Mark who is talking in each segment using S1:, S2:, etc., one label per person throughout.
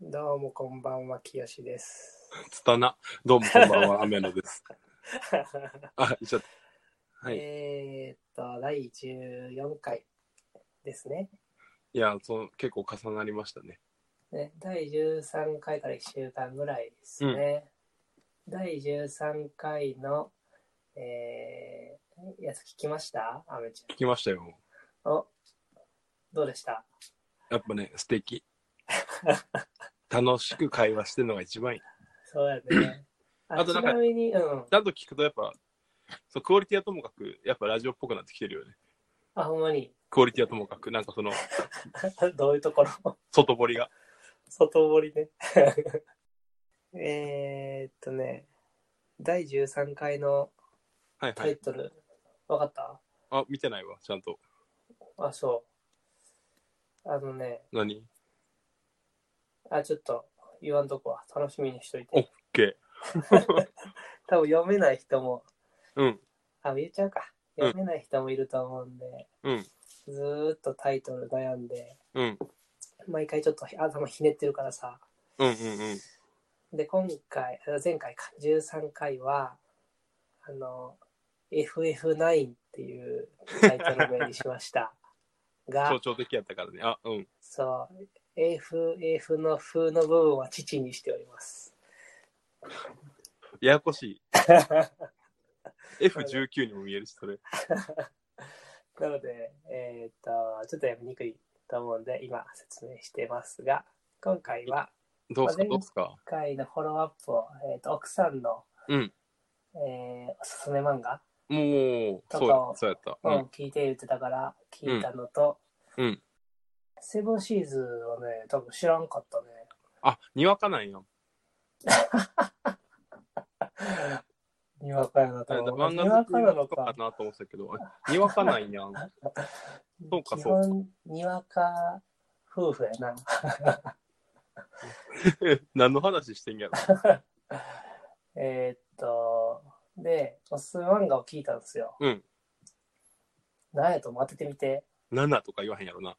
S1: どうもこんばんは、きよしです。
S2: つたな。どうもこんばん は、雨野です。あ、いっちゃった。は い。
S1: えーっと、第14回ですね
S2: いや、その結構重なりましたね。
S1: ね。第13回から1週間ぐらいですね。第13回の、えー、やつ聞きましたあめち
S2: 聞きましたよ。
S1: ゃん。お、どうでした
S2: やっぱね、素 敵。楽しく会話してるのが一番いい。
S1: そうや ね。あ
S2: あとなんか
S1: ちなみに、うん。
S2: ちゃんと聞くとやっぱ、そうクオリティはともかく、やっぱラジオっぽくなってきてるよね。
S1: あ、ほんまに。
S2: クオリティはともかく、なんかその、
S1: どういうところ
S2: 外堀が。
S1: 外堀ね。 えーっとね、第13回の
S2: はい
S1: タ
S2: は
S1: イ
S2: い。
S1: トル、わかった
S2: あ、見てないわ、ちゃんと。
S1: あ、そう。あのね、
S2: 何
S1: あ、ちょっと言わんとこは楽しみにしとい
S2: お
S1: て。
S2: ?OK。
S1: 多分読めない人も、
S2: うん。
S1: あ、言っちゃうか。
S2: うん
S1: 読めない人もいると思うんで、
S2: うん。
S1: ずーっとタイトル悩んで、
S2: うん。
S1: 毎回ちょっと頭ひねってるからさ。
S2: うんうんうん。
S1: で、今回、あ前回か、13回は、あの、FF9 っていうタイトル名にしま した。が
S2: 象、徴的やったからね。あ、うん。
S1: そう、FF の風の部分は父にしております。
S2: ややこ しい。F19 にも見えるし、それ。
S1: なので、えーっと、ちょっとやりにくいと思うんで、今説明してますが、今回は、
S2: どうすか
S1: まあ
S2: どうすか
S1: 今回のフォローアップを、えーっと、奥さんの、
S2: うん。
S1: えーおすすめ漫画
S2: もう、
S1: とか
S2: そう
S1: を
S2: やそうやった。
S1: を
S2: うん。
S1: 聞いて言ってたから、聞いたのと、
S2: うん。
S1: セブンシーズンはね、多分知らんかった
S2: あ、にわかなんや。
S1: ね。にわかやな
S2: あ
S1: と
S2: れだ
S1: 思う。
S2: 漫
S1: に
S2: 画
S1: わ
S2: 好き
S1: か
S2: の
S1: なの
S2: 人
S1: か
S2: か。なと思ってたけど、あにわかなんや。 そうか
S1: 基
S2: そうか
S1: 本、にわか夫婦やな。
S2: 何の話してんやろ。
S1: えーっと、で、おすすめ漫画を聞いたんですよ。
S2: うん。
S1: 何やと思う当ててみて。
S2: 7とか言わへんやろな。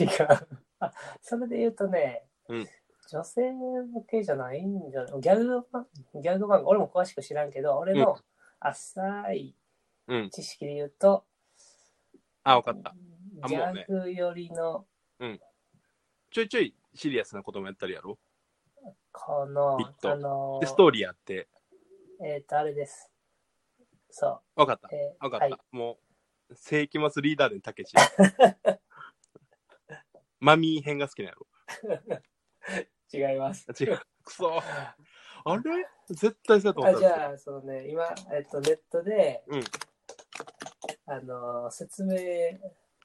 S1: 違う。あ、それで言うとね、
S2: うん
S1: 女性向けじゃないんじゃないギャグ漫画、ギャグ漫画、俺も詳しく知らんけど、俺の浅い
S2: うん。
S1: 知識で言うと、
S2: あ、わかった。あ
S1: ギ
S2: もう
S1: ャ
S2: ね
S1: グ寄りの、
S2: ちょいちょいシリアスなこともやったりやろ。
S1: この
S2: ビッ、ト
S1: あの
S2: で、、ストーリーやって。
S1: えーっと、あれです。そ
S2: わかった
S1: う。。えー
S2: わかった。
S1: はい。
S2: もう、世紀末リーダーでたけし。 マミー編が好きなんやろ。
S1: 違います。
S2: あ違う。く そ。あれ絶対そうやと思
S1: あ
S2: ったん
S1: じ
S2: です
S1: ゃあそのね今、えっと、ネットで、
S2: うん
S1: あの説明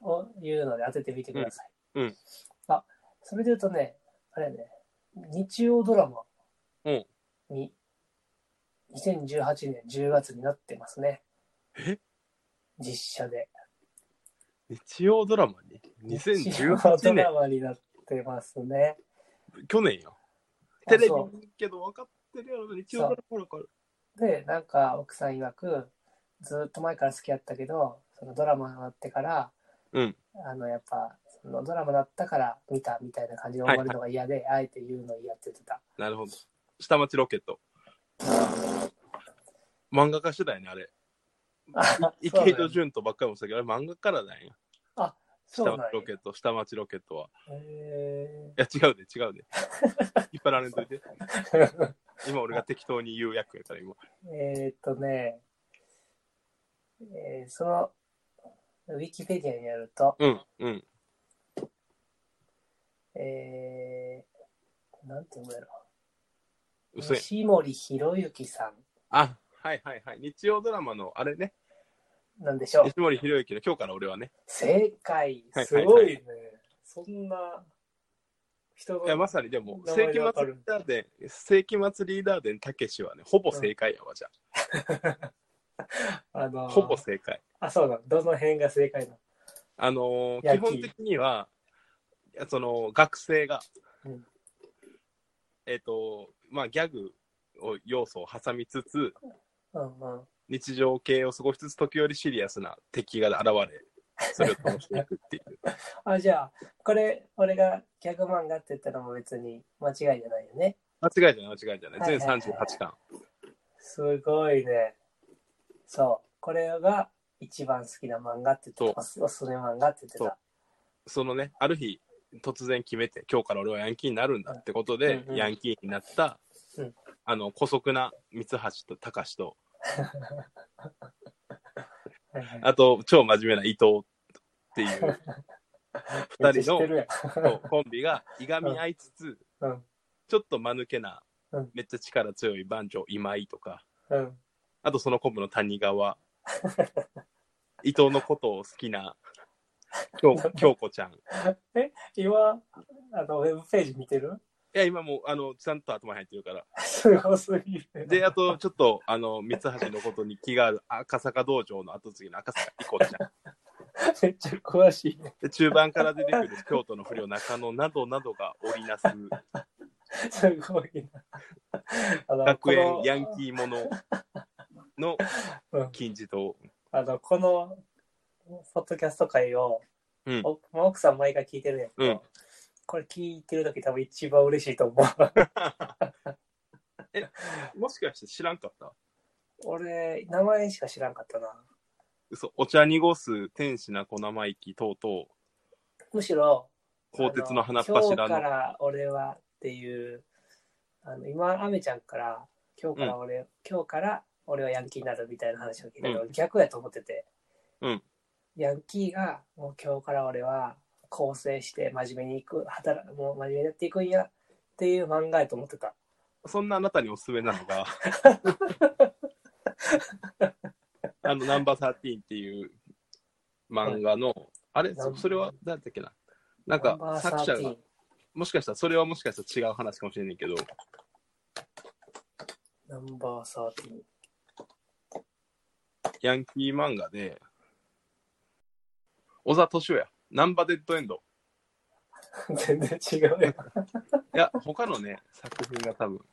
S1: を言うので当ててみてください、
S2: うんうん
S1: あそれで言うとねあれね日曜ドラマ
S2: うん
S1: に、2018年10月になってますね
S2: え
S1: 実写で
S2: けど日曜ドラマに
S1: 日曜ド
S2: 2018年
S1: ラマになってますね
S2: 去年や
S1: あ
S2: テレビ
S1: そう
S2: 見るけど分かってるやろな日曜ドラマだから
S1: でなんか奥さん曰くずっと前から好きやったけどそのドラマになってから、
S2: うん
S1: あのやっぱそのドラマだったから見たみたいな感じで思われるのが嫌で、あえて言うの嫌って言ってた
S2: なるほど下町ロケット漫画化してたよねあれ
S1: あ
S2: 池井
S1: そうな
S2: 戸
S1: んや
S2: 潤とばっかりもしたけどあれ漫画からなんや
S1: そ
S2: 下
S1: うなん
S2: 町
S1: や
S2: ロケット下町ロケットは
S1: へ
S2: いや違うで違う で引っ張られんといて
S1: ー
S2: 今俺が適当に言う役やから今
S1: えーっとね、えーそのウィキペディアによると、
S2: うんうん
S1: えー、なんて読むやろ
S2: 嘘やん
S1: 西森博之さ
S2: あはいはいはい日曜ドラマのあれね
S1: んなんでしょう
S2: 西森博之の今日から俺はね
S1: 正解
S2: はい
S1: すごいね、
S2: はい
S1: そんな人
S2: いやまさにでも
S1: 名
S2: 世
S1: 前
S2: 紀
S1: がわか
S2: 末
S1: る
S2: リーダーで世紀末リーダーでたけしはねほぼ正解やわじゃ
S1: あの
S2: あほぼ正解
S1: あそうなのどの辺が正解なの
S2: あのー
S1: 焼
S2: 基
S1: き
S2: 本的には、いやその学生が、
S1: うん
S2: えっ、と、まあ、ギャグを要素を挟みつつ、
S1: うんうん
S2: 日常系を過ごしつつ、時折シリアスな敵が現それを楽しんでいく っていう。
S1: あ、じゃあ、これ、俺がギャグ漫画って言ったのも別に間違いじゃないよね。
S2: 間違いじゃない、間違いじゃない。
S1: はいはい
S2: 全
S1: はい
S2: 38巻。
S1: すごいね。そう。これが一番好きな漫画って言ってた。おすおすすめ漫画って言ってた。
S2: そのね、ある日、突然決めて、今日から俺はヤンキーになるんだってこと
S1: う
S2: で
S1: ん、うん
S2: ヤンキーになった、
S1: うん
S2: あの、姑息な三橋と隆と、
S1: はいはい
S2: あと、超真面目な伊藤っ ていう、
S1: めっ
S2: 二
S1: ちゃ知って
S2: 人の
S1: るやん
S2: そうコンビが、いがみ合いつつ、
S1: うん
S2: ちょっと間抜けな
S1: うん、
S2: めっちゃ力強い番長今井とか、
S1: うん。
S2: あとそのコンビの谷 川、伊藤のことを好きな 京京子ちゃん。い
S1: 今、あの、ウェブページ見てる
S2: や、今もう、あの、ちゃんと頭に入ってるから。
S1: すごすぎる。
S2: で、あと、ちょっと、あの、三橋のことに気がある赤坂道場の後継ぎの赤坂莉子ちゃん。
S1: めっちゃ詳しいね。
S2: で、中盤から出てくる京都の不良中野などなどが織りなす
S1: すごいな。あの
S2: 学園ヤ
S1: ン
S2: ンキーものの金字塔。
S1: あの、この、ポッドキャスト会を、
S2: うん
S1: おまあ奥さん毎回聞いてるんやけど、
S2: うん
S1: これ聞いてる時多分一番嬉しいと思う。
S2: もしかして知らんかった
S1: 俺、名前しか知らんかったな。
S2: 嘘、お茶濁す天使な小生意気等々、
S1: むしろ、
S2: 鋼鉄の花っ
S1: あの今
S2: 柱
S1: 日か
S2: の。
S1: ら俺はっていう、あの今、アメちゃんから、今日から俺、今日から俺はヤンキーになるみたいな話を聞いたけど、
S2: う
S1: 逆やと思ってて、
S2: うん
S1: ヤンキーが、もう今日から俺は、構成して真面目にいく、働く、もう真面目にやっていくんやっていう漫画やと思ってた。
S2: そんなあなたにおすすめなの が、あの、ナンバー13っていう漫画の、あれそそれは、誰だっけななん
S1: ナン
S2: か、
S1: バー
S2: 作者
S1: 13
S2: が、もしかしたら、それはもしかしたら違う話かもしれないけど、
S1: ナンバーサーティ
S2: ヤンキー漫画で、小沢敏夫や、ナンバーデッドエン
S1: ン。
S2: ド。
S1: 全然違うやん。
S2: いや、他のね、作品が多分、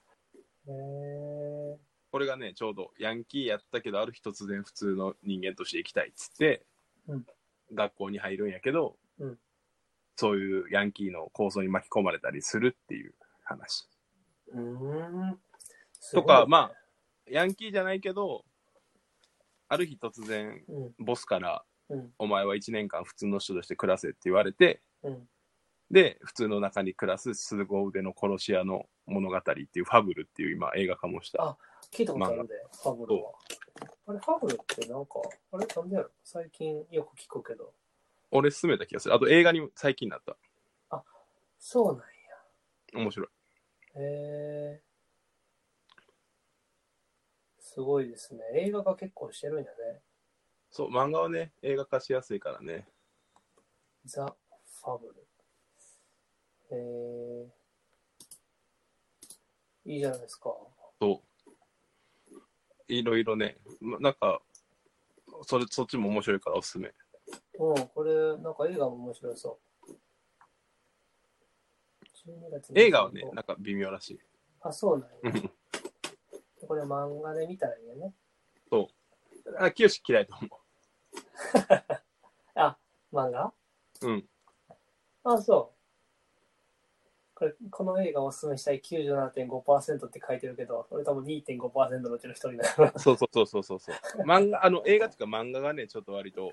S1: へー
S2: これがね、ちょうどヤンキーやったけど、ある日突然普通の人間として生きたいっつって、
S1: うん
S2: 学校に入るんやけど、
S1: うん
S2: そういうヤンキーの構想に巻き込まれたりするっていう話。
S1: うーん。
S2: とか、まあ、ヤンキーじゃないけど、ある日突然、
S1: あ、うん、
S2: ボスから、
S1: うん、
S2: お前は1年間普通の人として暮らせって言われて、
S1: うん。
S2: で、普通の中に暮らす凄腕の殺し屋の物語っていうファブルっていう今映画化もした。
S1: 聞いたことあるで、ファブルは。あれ、ファブルってなんか、あれ、なんでやろ最近よく聞くけど。
S2: 俺勧めた気がする。あと映画にも最近なった。
S1: そうなんや。
S2: 面白い。
S1: へえ。すごいですね。映画が結構してるんやね。
S2: そう、漫画はね、映画化しやすいからね。
S1: ザ・ファブル。へえ。いいじゃないですか。
S2: そう。いろいろね、まなんか、それ、そっちも面白いからおすすめ。
S1: うん、これ、なんか映画も面白そう。12月25
S2: 映画はね、なんか微妙らしい。
S1: あ、そうなん や
S2: う。
S1: これ漫画で見たらいいよね。
S2: あ、清志嫌いと思
S1: 漫画
S2: う。うん。
S1: あ、そう。これ、この映画をおすすめしたい97.5%って書いてるけど、俺多分2.5%のうちの一人だから。
S2: そうそうそうそうそうそう。漫画、あの、映画っていうか漫画がね、ちょっと割と、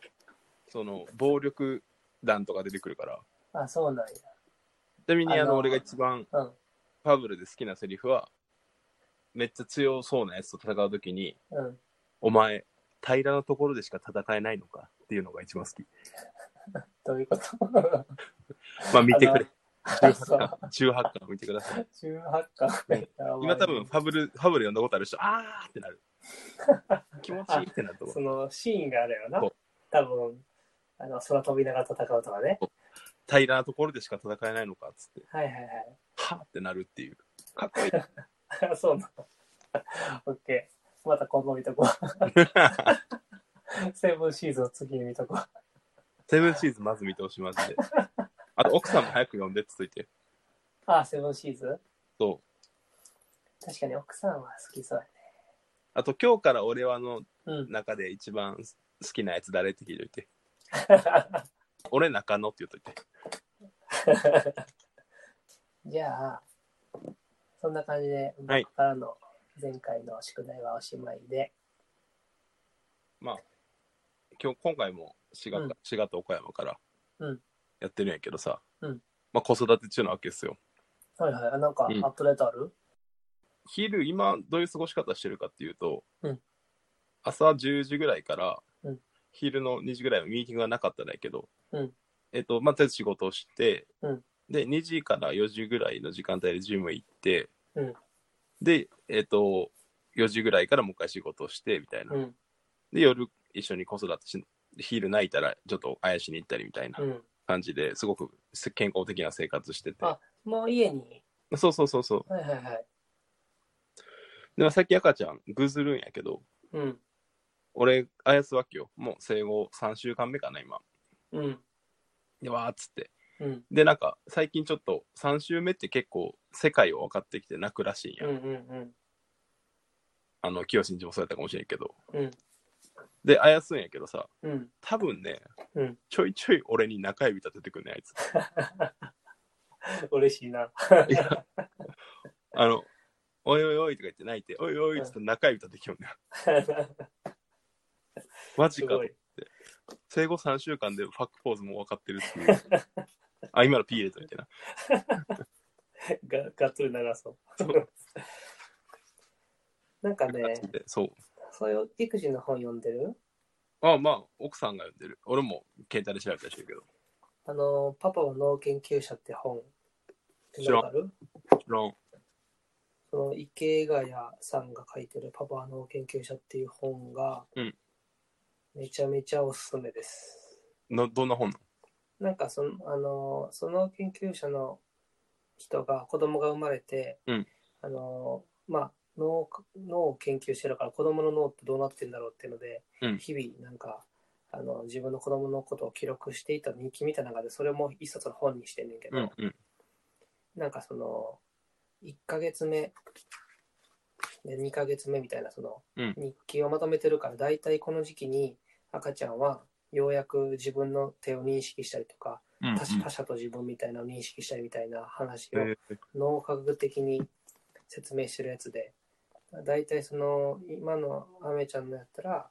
S2: その、暴力団とか出てくるから。
S1: あ、そうなん
S2: ちなみに、あの、
S1: あの
S2: 俺が一番、
S1: や。
S2: ファブルで好きなセリフは、めっちゃ強そうなやつと戦うときに、
S1: うん、うん。
S2: お前、平らなところでしか戦えないのかっていうのが一番好き。
S1: どういうこと
S2: まあ見てくれ。
S1: あそう
S2: 18巻、18巻見てください。
S1: ?18 巻
S2: うん。今多分ファブル、ファブル読んだことある人、あーってなる。 気持ちいいってなると思う
S1: そ。のシーンがあるよな
S2: そう。
S1: 多分、あの、空飛びながら戦うとかね。
S2: 平らなところでしか戦えないのかっつって、
S1: はいはい
S2: はーってなるっていう。かっこいい。
S1: はい。 あそうなんだ。オッケー。また今後見とこう。 セブンシーズンを次に見とこう。
S2: セブンシーズンまず見てほしい、マジで。あと、奥さんも早く読んでってついて。
S1: あ、セブンシーズン
S2: そう。
S1: 確かに奥さんは好きそうやね。
S2: あと、今日から俺はの
S1: うん。
S2: 中で一番好きなやつ誰って聞いといて。俺中野って言っといて。
S1: じゃあ、そんな感じで、
S2: はい
S1: 僕からの前回の宿題はおしまいで、
S2: まあ、今日、今回も滋賀,、
S1: うん
S2: 滋賀と岡山から
S1: うん
S2: やってるんやけどさ、
S1: うん
S2: まあ子育て中なわけですよ。
S1: はいはいあ、なんか
S2: うん
S1: アップデートある、
S2: 昼、今、どういう過ごし方してるかっていうと、
S1: うん
S2: 朝10時ぐらいから、
S1: うん
S2: 昼の2時ぐらいはミーティングがなかったんだけど、
S1: うん
S2: えっと、まあ、とりあえず仕事をして、
S1: うん
S2: で、2時から4時ぐらいの時間帯でジム行って、
S1: うん
S2: で、えっと、4時ぐらいからもう一回仕事をして、みたいな。
S1: うん、
S2: で、夜、一緒に子育てし、昼泣いたら、ちょっとあやしに行ったりみたいな
S1: うん。
S2: 感じですごく健康的な生活してて。
S1: あもう家に、
S2: そうそうそうそう。
S1: はいはいはい。
S2: でもさっき赤ちゃん、ぐずるんやけど、
S1: うん、
S2: 俺、あやすわけよ。もう生後3週間目かな、今。
S1: うん、
S2: で、わーっつって。
S1: うん、
S2: で、なんか、最近ちょっと、3週目って結構、世界を分かってきて泣くらしいん
S1: うん、
S2: や。
S1: うん、
S2: あの、清新寺もそうやったかもしれんけど。
S1: うん、
S2: で、あやすんやけどさ、
S1: うん、
S2: 多分ね、
S1: うん
S2: ちょいちょい俺に中指立ててくんね、あいつ。
S1: 嬉しい な。
S2: いや、あの、おいおいおいとか言って泣いて、おいおいって中指立てきよんね。マジ
S1: す
S2: かと
S1: ご。い。
S2: 生後3週間でファックポーズも分かってるっていう。 あ、今のピー入れといてな。
S1: ががっつり流そう。 なんかね、
S2: でそう。
S1: そういう育児の本読んでる
S2: あまあ、奥さんが読んでる。俺も携帯で調べたりしてるけど。
S1: あの、パパは脳研究者って本。
S2: 知らん
S1: わかる
S2: ロン。
S1: その池谷さんが書いてるパパは脳研究者っていう本が
S2: うん、
S1: めちゃめちゃおすすめです。
S2: のどんな本な
S1: なんかその、あの、その研究者の人が子供が生まれて、
S2: うん
S1: あの、まあ、脳か、脳を研究してるから子供の脳ってどうなってんだろうっていうので、
S2: うん
S1: 日々なんか、あの、自分の子供のことを記録していた日記みたいな中で、それも一冊の本にしてんねんけど、
S2: のうんうん。
S1: なんかその、1ヶ月目、で2ヶ月目みたいな、その、
S2: うん
S1: 日記をまとめてるから、だいたいこの時期に赤ちゃんは、ようやく自分の手を認識したりとか、
S2: うんうん
S1: 他者他者と自分みたいなのを認識したりみたいな話
S2: え
S1: を
S2: ー
S1: 脳科学的に説明してるやつで、だいたいその今のアメちゃんのやったら、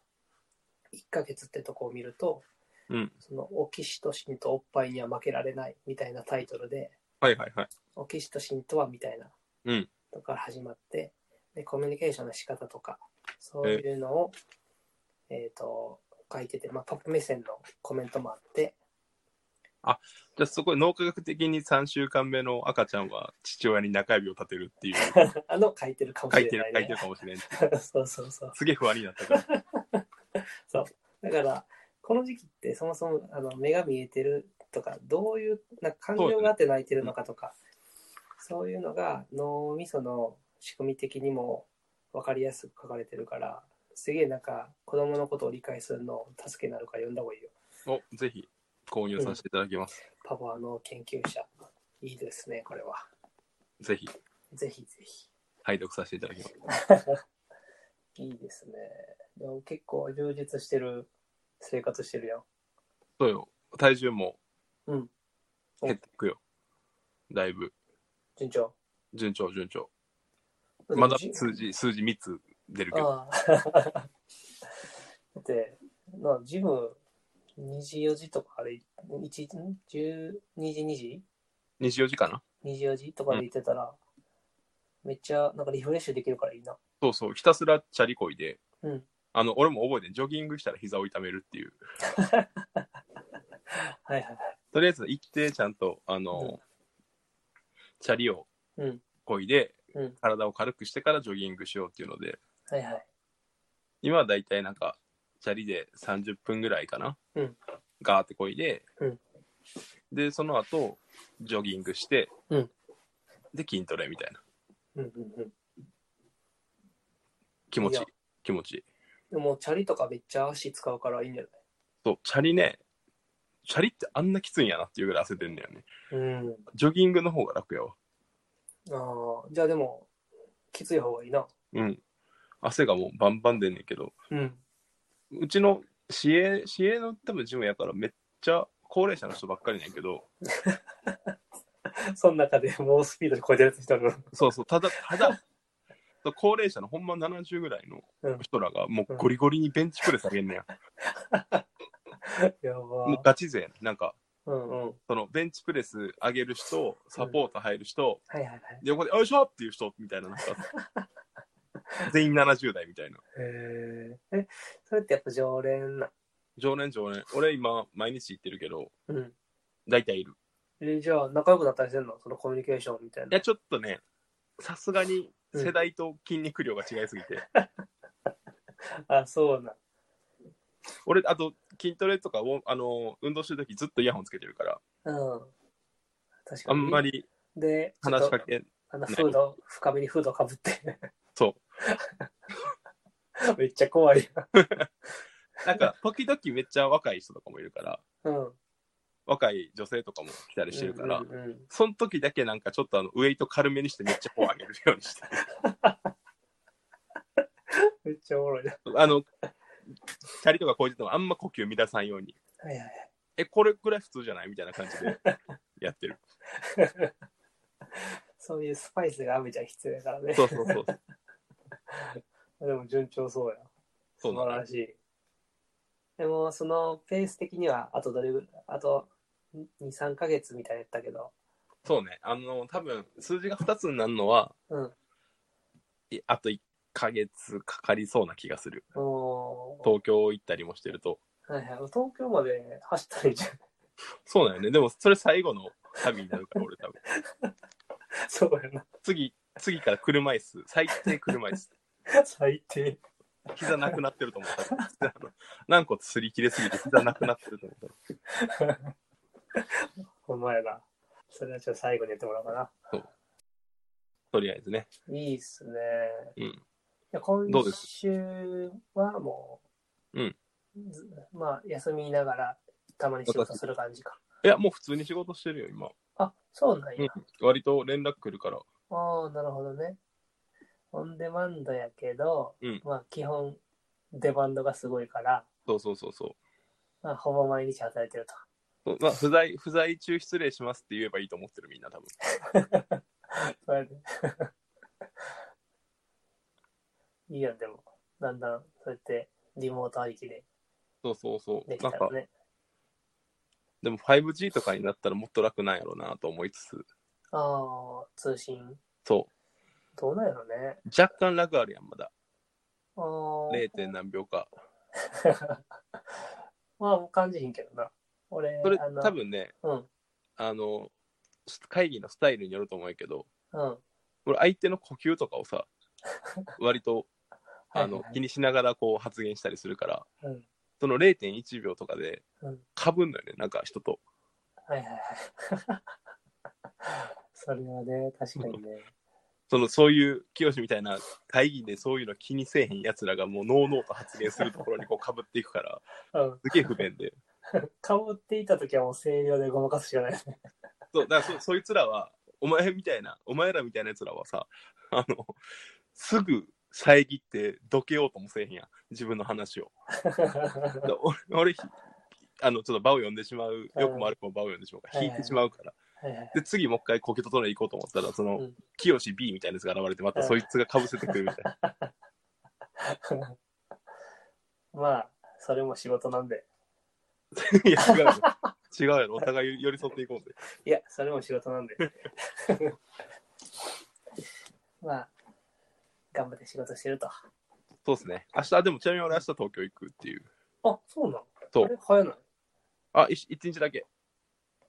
S1: 1ヶ月ってとこを見ると、
S2: うん
S1: そのオキシトシンとおっぱいには負けられないみたいなタイトルで、
S2: はいはいはい。
S1: オキシトシンとはみたいな
S2: うん
S1: とから始まって、でコミュニケーションの仕方とかそういうのを、えー、と書いてて、まあ、パパ目線のコメントもあって
S2: じゃあ、そこで脳科学的に3週間目の赤ちゃんは父親に中指を立てるっていう、書
S1: あの書いてる かもし
S2: いて
S1: れ
S2: る
S1: ない、
S2: 書
S1: ね
S2: いてる、かもしれ ん。
S1: そうそうそう
S2: すげえ不安になっ たから。
S1: だからこの時期ってそもそもあの目が見えてるとかどういうなんか感情があって泣いてるのかとかそう,、いうのが脳みその仕組み的にも分かりやすく書かれてるからすげえなんか子供のことを理解するの助けになるから読んだ方がいいよ
S2: お、ぜひ購入させていただきます。
S1: パパの研究者いいですねこれは
S2: ぜひ、
S1: ぜひぜひ
S2: 拝読させていただきます。
S1: いいですねでも結構充実してる生活してるよ
S2: そうよ。体重も
S1: うん
S2: 減っていくよ。だいぶ。
S1: 順調
S2: 順調、順調。まだ数字、数字3つ出るけど。
S1: ああ。だ って、まあ、ジム2時4時とか、あれ、1時、12時2時
S2: 24時かな
S1: ?2 時4時とかで行ってたら、めっちゃなんかリフレッシュできるからいいな。
S2: そうそう。ひたすらチャリこいで、
S1: うん
S2: あの、俺も覚えてんジョギングしたら膝を痛めるっていう。
S1: はいはいはい。
S2: とりあえず行って、ちゃんと、あの、
S1: うん
S2: チャリを
S1: うん。
S2: こいで、
S1: うん
S2: 体を軽くしてからジョギングしようっていうので、
S1: はいはい。
S2: 今はだいたいなんか、チャリで30分ぐらいかな。
S1: うん
S2: ガーってこいで、
S1: うん
S2: で、その後、ジョギングして、
S1: うん
S2: で、筋トレみたいな。
S1: うんうんうん。
S2: 気持ちいい
S1: いや
S2: 気持ちいい。
S1: でも、チャリとかめっちゃ足使うからいいんじゃない
S2: そう、チャリね、チャリってあんなきついんやなっていうぐらい焦ってんだよね。
S1: うん。
S2: ジョギングの方が楽やわ。
S1: ああ、じゃあでも、きつい方がいいな。
S2: うん。汗がもうバンバン出んねんけど、
S1: うん。
S2: うちの市営、市営の多分ジムやからめっちゃ高齢者の人ばっかりなんやけど、
S1: その中で猛スピードで超えてる 人の。
S2: そうそう、ただ、た だ、高齢者のほんま70ぐらいの人らがもうゴリゴリにベンチプレス上げんねや。
S1: や
S2: もう
S1: ば。
S2: ガチ勢やねなんか、
S1: うんうん。はい
S2: そのベンチプレス上げる人、サポート入る人、
S1: はいはい。
S2: で横で、よいしょっていう人みたいな、なんか、 全員70代みたいな。
S1: へえ。え、それってやっぱ常連な。
S2: 常連常連。俺今、毎日行ってるけど、
S1: うん。
S2: 大体いる。
S1: え、じゃあ仲良くなったりしてんのそのコミュニケーションみたい
S2: い
S1: な
S2: や、。ちょっとね、さすがに世代と筋肉量が違いすぎて、
S1: あ、そうなん。
S2: 俺、あと、筋トレとかを、あの、運動してるときずっとイヤホンつけてるから、
S1: うん。確か
S2: あ
S1: に。
S2: んま。り
S1: で、ちょっ
S2: 話し
S1: と
S2: かけ、
S1: あの、
S2: ない
S1: フード、深めにフードかぶって。
S2: そう。
S1: めっちゃ怖いや
S2: なんか、時々めっちゃ若い人とかもいるから、
S1: ん。うん。
S2: 若い女性とかも来たりしてるから、
S1: うんうんうん
S2: その時だけなんかちょっとあの、ウエイト軽めにしてめっちゃこう上げるよう にして。
S1: めっちゃおもろいな。
S2: あの、チャリとかこういうてもあんま呼吸乱さんように。
S1: はいはい。
S2: え、これぐらい普通じゃないみたいな感じでやっ てる。
S1: そういうスパイスが雨ちゃん必要やからね。
S2: そうそうそう。
S1: でも順調そうや。
S2: そ
S1: 素
S2: うなの
S1: 晴らしい。でも、そのペース的には、あとどれぐらい、あと2、3ヶ月みたいなやったけど。
S2: そうね。あの、多分数字が2つになるのは、
S1: うん。
S2: いあと1ヶ月かかりそうな気がする。
S1: おー
S2: 東京行ったりもしてると。
S1: はいはい、東京まで走ったらいいじゃん。
S2: そうだよね。でもそれ最後の旅になるから、俺多分。
S1: そうやな。
S2: 次、次から車椅子。最低車椅子。
S1: 最低。
S2: 膝なくなってると思った。あの軟骨すり切れすぎて膝なくなってると思った。
S1: ほんまやな。それはちょっと最後にやってもらおうか
S2: とりあえずね。
S1: な。いいっすね。
S2: うん
S1: いや今
S2: どうで
S1: 週はもう、
S2: うん
S1: ずまあ、休みながら、たまに仕事する感じか。
S2: いや、もう普通に仕事してるよ、今。
S1: あ、そうなんや。
S2: うん割と連絡来るから。
S1: ああ、なるほどね。オンデマンドやけど、
S2: うん
S1: まあ基本デマンドがすごいから、
S2: そうそうそうそう。
S1: まあ、ほぼ毎日働いてると。
S2: そうまあ、不在、不在中失礼しますって言えばいいと思ってるみんな多分。
S1: それで いいやん、でも。だんだん、そうやってリモートありきで
S2: そうそうそう。
S1: でき
S2: な
S1: た、
S2: んから
S1: ね。
S2: でも 5G とかになったらもっと楽なんやろうなと思いつつ、
S1: ああ、通信。
S2: そ
S1: どうなんやろね。
S2: う。若干ラグあるやん、まだ。
S1: ああ。
S2: 0. 点何秒か。
S1: まあ、感じひんけどな。俺、
S2: それ
S1: あの、
S2: 多分ね、
S1: うん、
S2: あの、会議のスタイルによると思うけど、
S1: うん。
S2: 俺相手の呼吸とか をさ、割と、あ
S1: は
S2: の
S1: い、はい
S2: 気にしながらこう発言したりするから、
S1: うん
S2: その0.1秒とかで
S1: うん、
S2: かぶんのよね、なんか人と。
S1: はいはいはい。 それはね、確かに ね。
S2: そのそういう清みたいな会議でそういうの気にせえへんやつらがもうノーノーと発言するところにこうかぶっていく から
S1: うん。
S2: すげえ不便で
S1: かぶっていた時はもう声量でごまかすしかないですね。
S2: そうだからそそいつらはお前みたいなお前らみたいなやつらはさあのすぐ遮ってどけようともせえへんやん自分の話をだから 俺俺ひあのちょっと場を読んでしまうよくも悪くも場を読んでしまうから
S1: はい
S2: 引いてしまうから
S1: はいはい
S2: で次もう一回コケトトレ行こうと思ったらその、
S1: うん
S2: 清 B みたいなやつが現れてまたそいつがかぶせてくるみたい な
S1: まあ、それも仕事なんで。
S2: いや違うよ違うやろお互い寄り添っていこうぜ
S1: いや、それも仕事なん で。まあ、頑張って仕事してると。
S2: そうですね。明日、でもちなみに俺明日東京行くっていう。
S1: あ、そうなの
S2: そう
S1: あれ早ない。
S2: あ、い一日だけ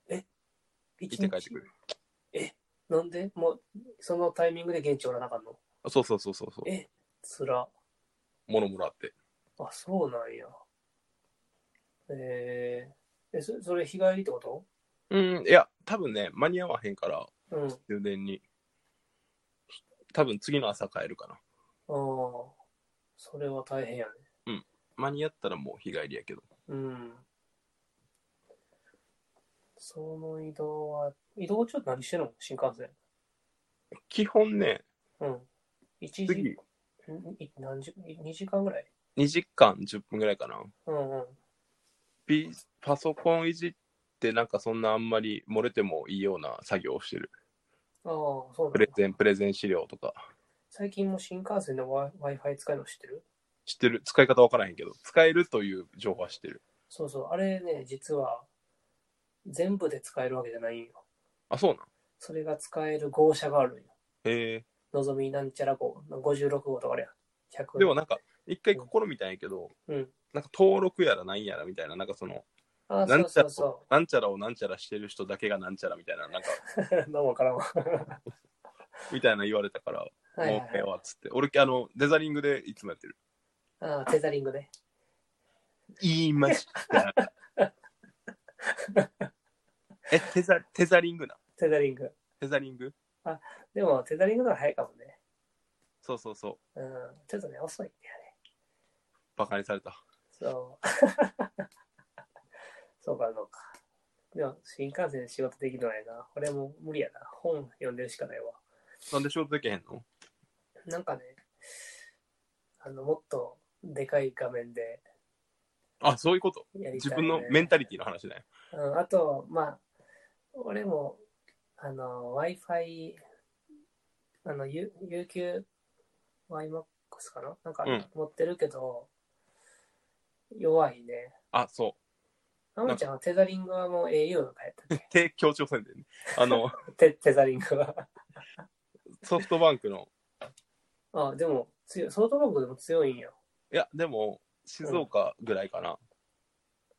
S1: 一
S2: 行っ
S1: 日
S2: て帰ってくる。
S1: なんでもう、そのタイミングで現地おらなかったの
S2: あそうそうそうそうそ
S1: えつら。
S2: う。ものもらって。
S1: あ、そうなんや。えー、え、そそれ日帰りってこと
S2: うん、いや、多分ね、間に合わへんから、
S1: うん。あ
S2: 終電に。多分次の朝帰るかな。
S1: あ、それは大変やね。
S2: 間に合ったらもう日帰りやけど。
S1: うん。その移動は、移動中って何してんの新幹線。
S2: 基本ね、
S1: うん。一時、
S2: 次、
S1: んい何時、2時間ぐらい
S2: 2時間10分ぐらいかな。
S1: うんうん。
S2: ピパソコンいじって、なんかそんなあんまり漏れてもいいような作業をしてる。
S1: ああ、そう
S2: プ
S1: なん
S2: レ
S1: だ。
S2: ゼン、プレゼン資料とか。
S1: 最近も新幹線で Wi- Wi-Fi 使うの知ってる
S2: 知ってる使い方わからへんけど、使えるという情報は知ってる。
S1: そうそう。あれね、実は、全部で使えるわけじゃないんよ。
S2: あ、そうなん
S1: それが使える号車があるんよ。
S2: へえ。
S1: のぞみなんちゃら号、56号とかあれや。100
S2: でもなんか、一回試みたんやけど、
S1: うん
S2: なんか登録やらなんやらみたいな、なんかその、
S1: ああ、
S2: な
S1: そ
S2: ん
S1: う
S2: ちゃ
S1: そ
S2: ら
S1: うそ
S2: をなんちゃらをなんちゃらしてる人だけがなんちゃらみたいな、なんか、
S1: う。 どうもわからんわ。
S2: みたいな言われたから、
S1: はいはい
S2: もうええ
S1: はい。
S2: わっつって。俺、あの、デザリングでいつもやってる。
S1: ああ、テザリングね。
S2: 言い ました。え、テザ、テザリングな。
S1: テザリング。
S2: テザリング
S1: でも、テザリングの方が早いかもね。
S2: そうそうそう。
S1: うん。ちょっとね、遅いんだよね。
S2: バカにされた。
S1: そう。 そうか、そうか。でも、新幹線で仕事できるのやな。これも無理やな。本読んでるしかないわ。
S2: なんで仕事できへんの
S1: なんかね、あの、もっとでかい画面で
S2: あ、そういうこと。
S1: やりたい、
S2: 自分のメンタリティの話だよ。
S1: うん、あと、まあ、俺も、あの、Wi-Fi、あの、U、UQ、YMAX かななんか、
S2: うん
S1: 持ってるけど、弱いね。
S2: あ、そう。
S1: あむちゃんはテザリングはもう au のかやったっ
S2: 低強調せんでね。あ の、
S1: けテテザリングは。
S2: ソフトバンクの、
S1: あ、でも、強い。ソフトバンクでも強いんや。
S2: いや、でも、静岡ぐらいかな。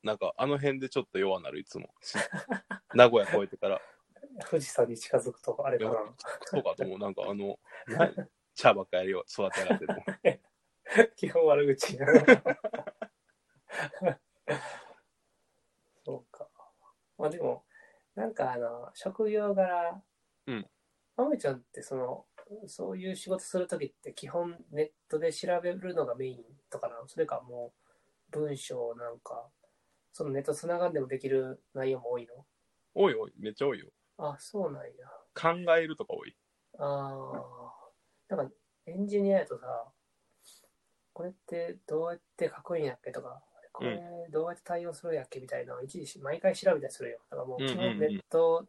S2: なんか、あの辺でちょっと弱なる、いつ も。し名古屋越えてから。
S1: 富士山に近づくとあれかな
S2: や。そうかと思う。なんか、あの、な茶ばっかやりを育てられてる。
S1: 基本悪口。そうか。まあでも、なんかあの、職業柄、
S2: うん。
S1: まめちゃんってその、そういう仕事するときって基本ネットで調べるのがメインとかなのそれかもう文章なんか、そのネットつながんでもできる内容も多いの
S2: 多い多い、めっちゃ多いよ。
S1: あ、そうなんや。
S2: 考えるとか多い。
S1: ああ、なんかエンジニアやとさ、これってどうやって書くんやっけとか、これどうやって対応するんやっけみたいなのを一時し毎回調べたりするよ。だからもう
S2: うんうん
S1: 基
S2: う
S1: 本
S2: ん
S1: ネット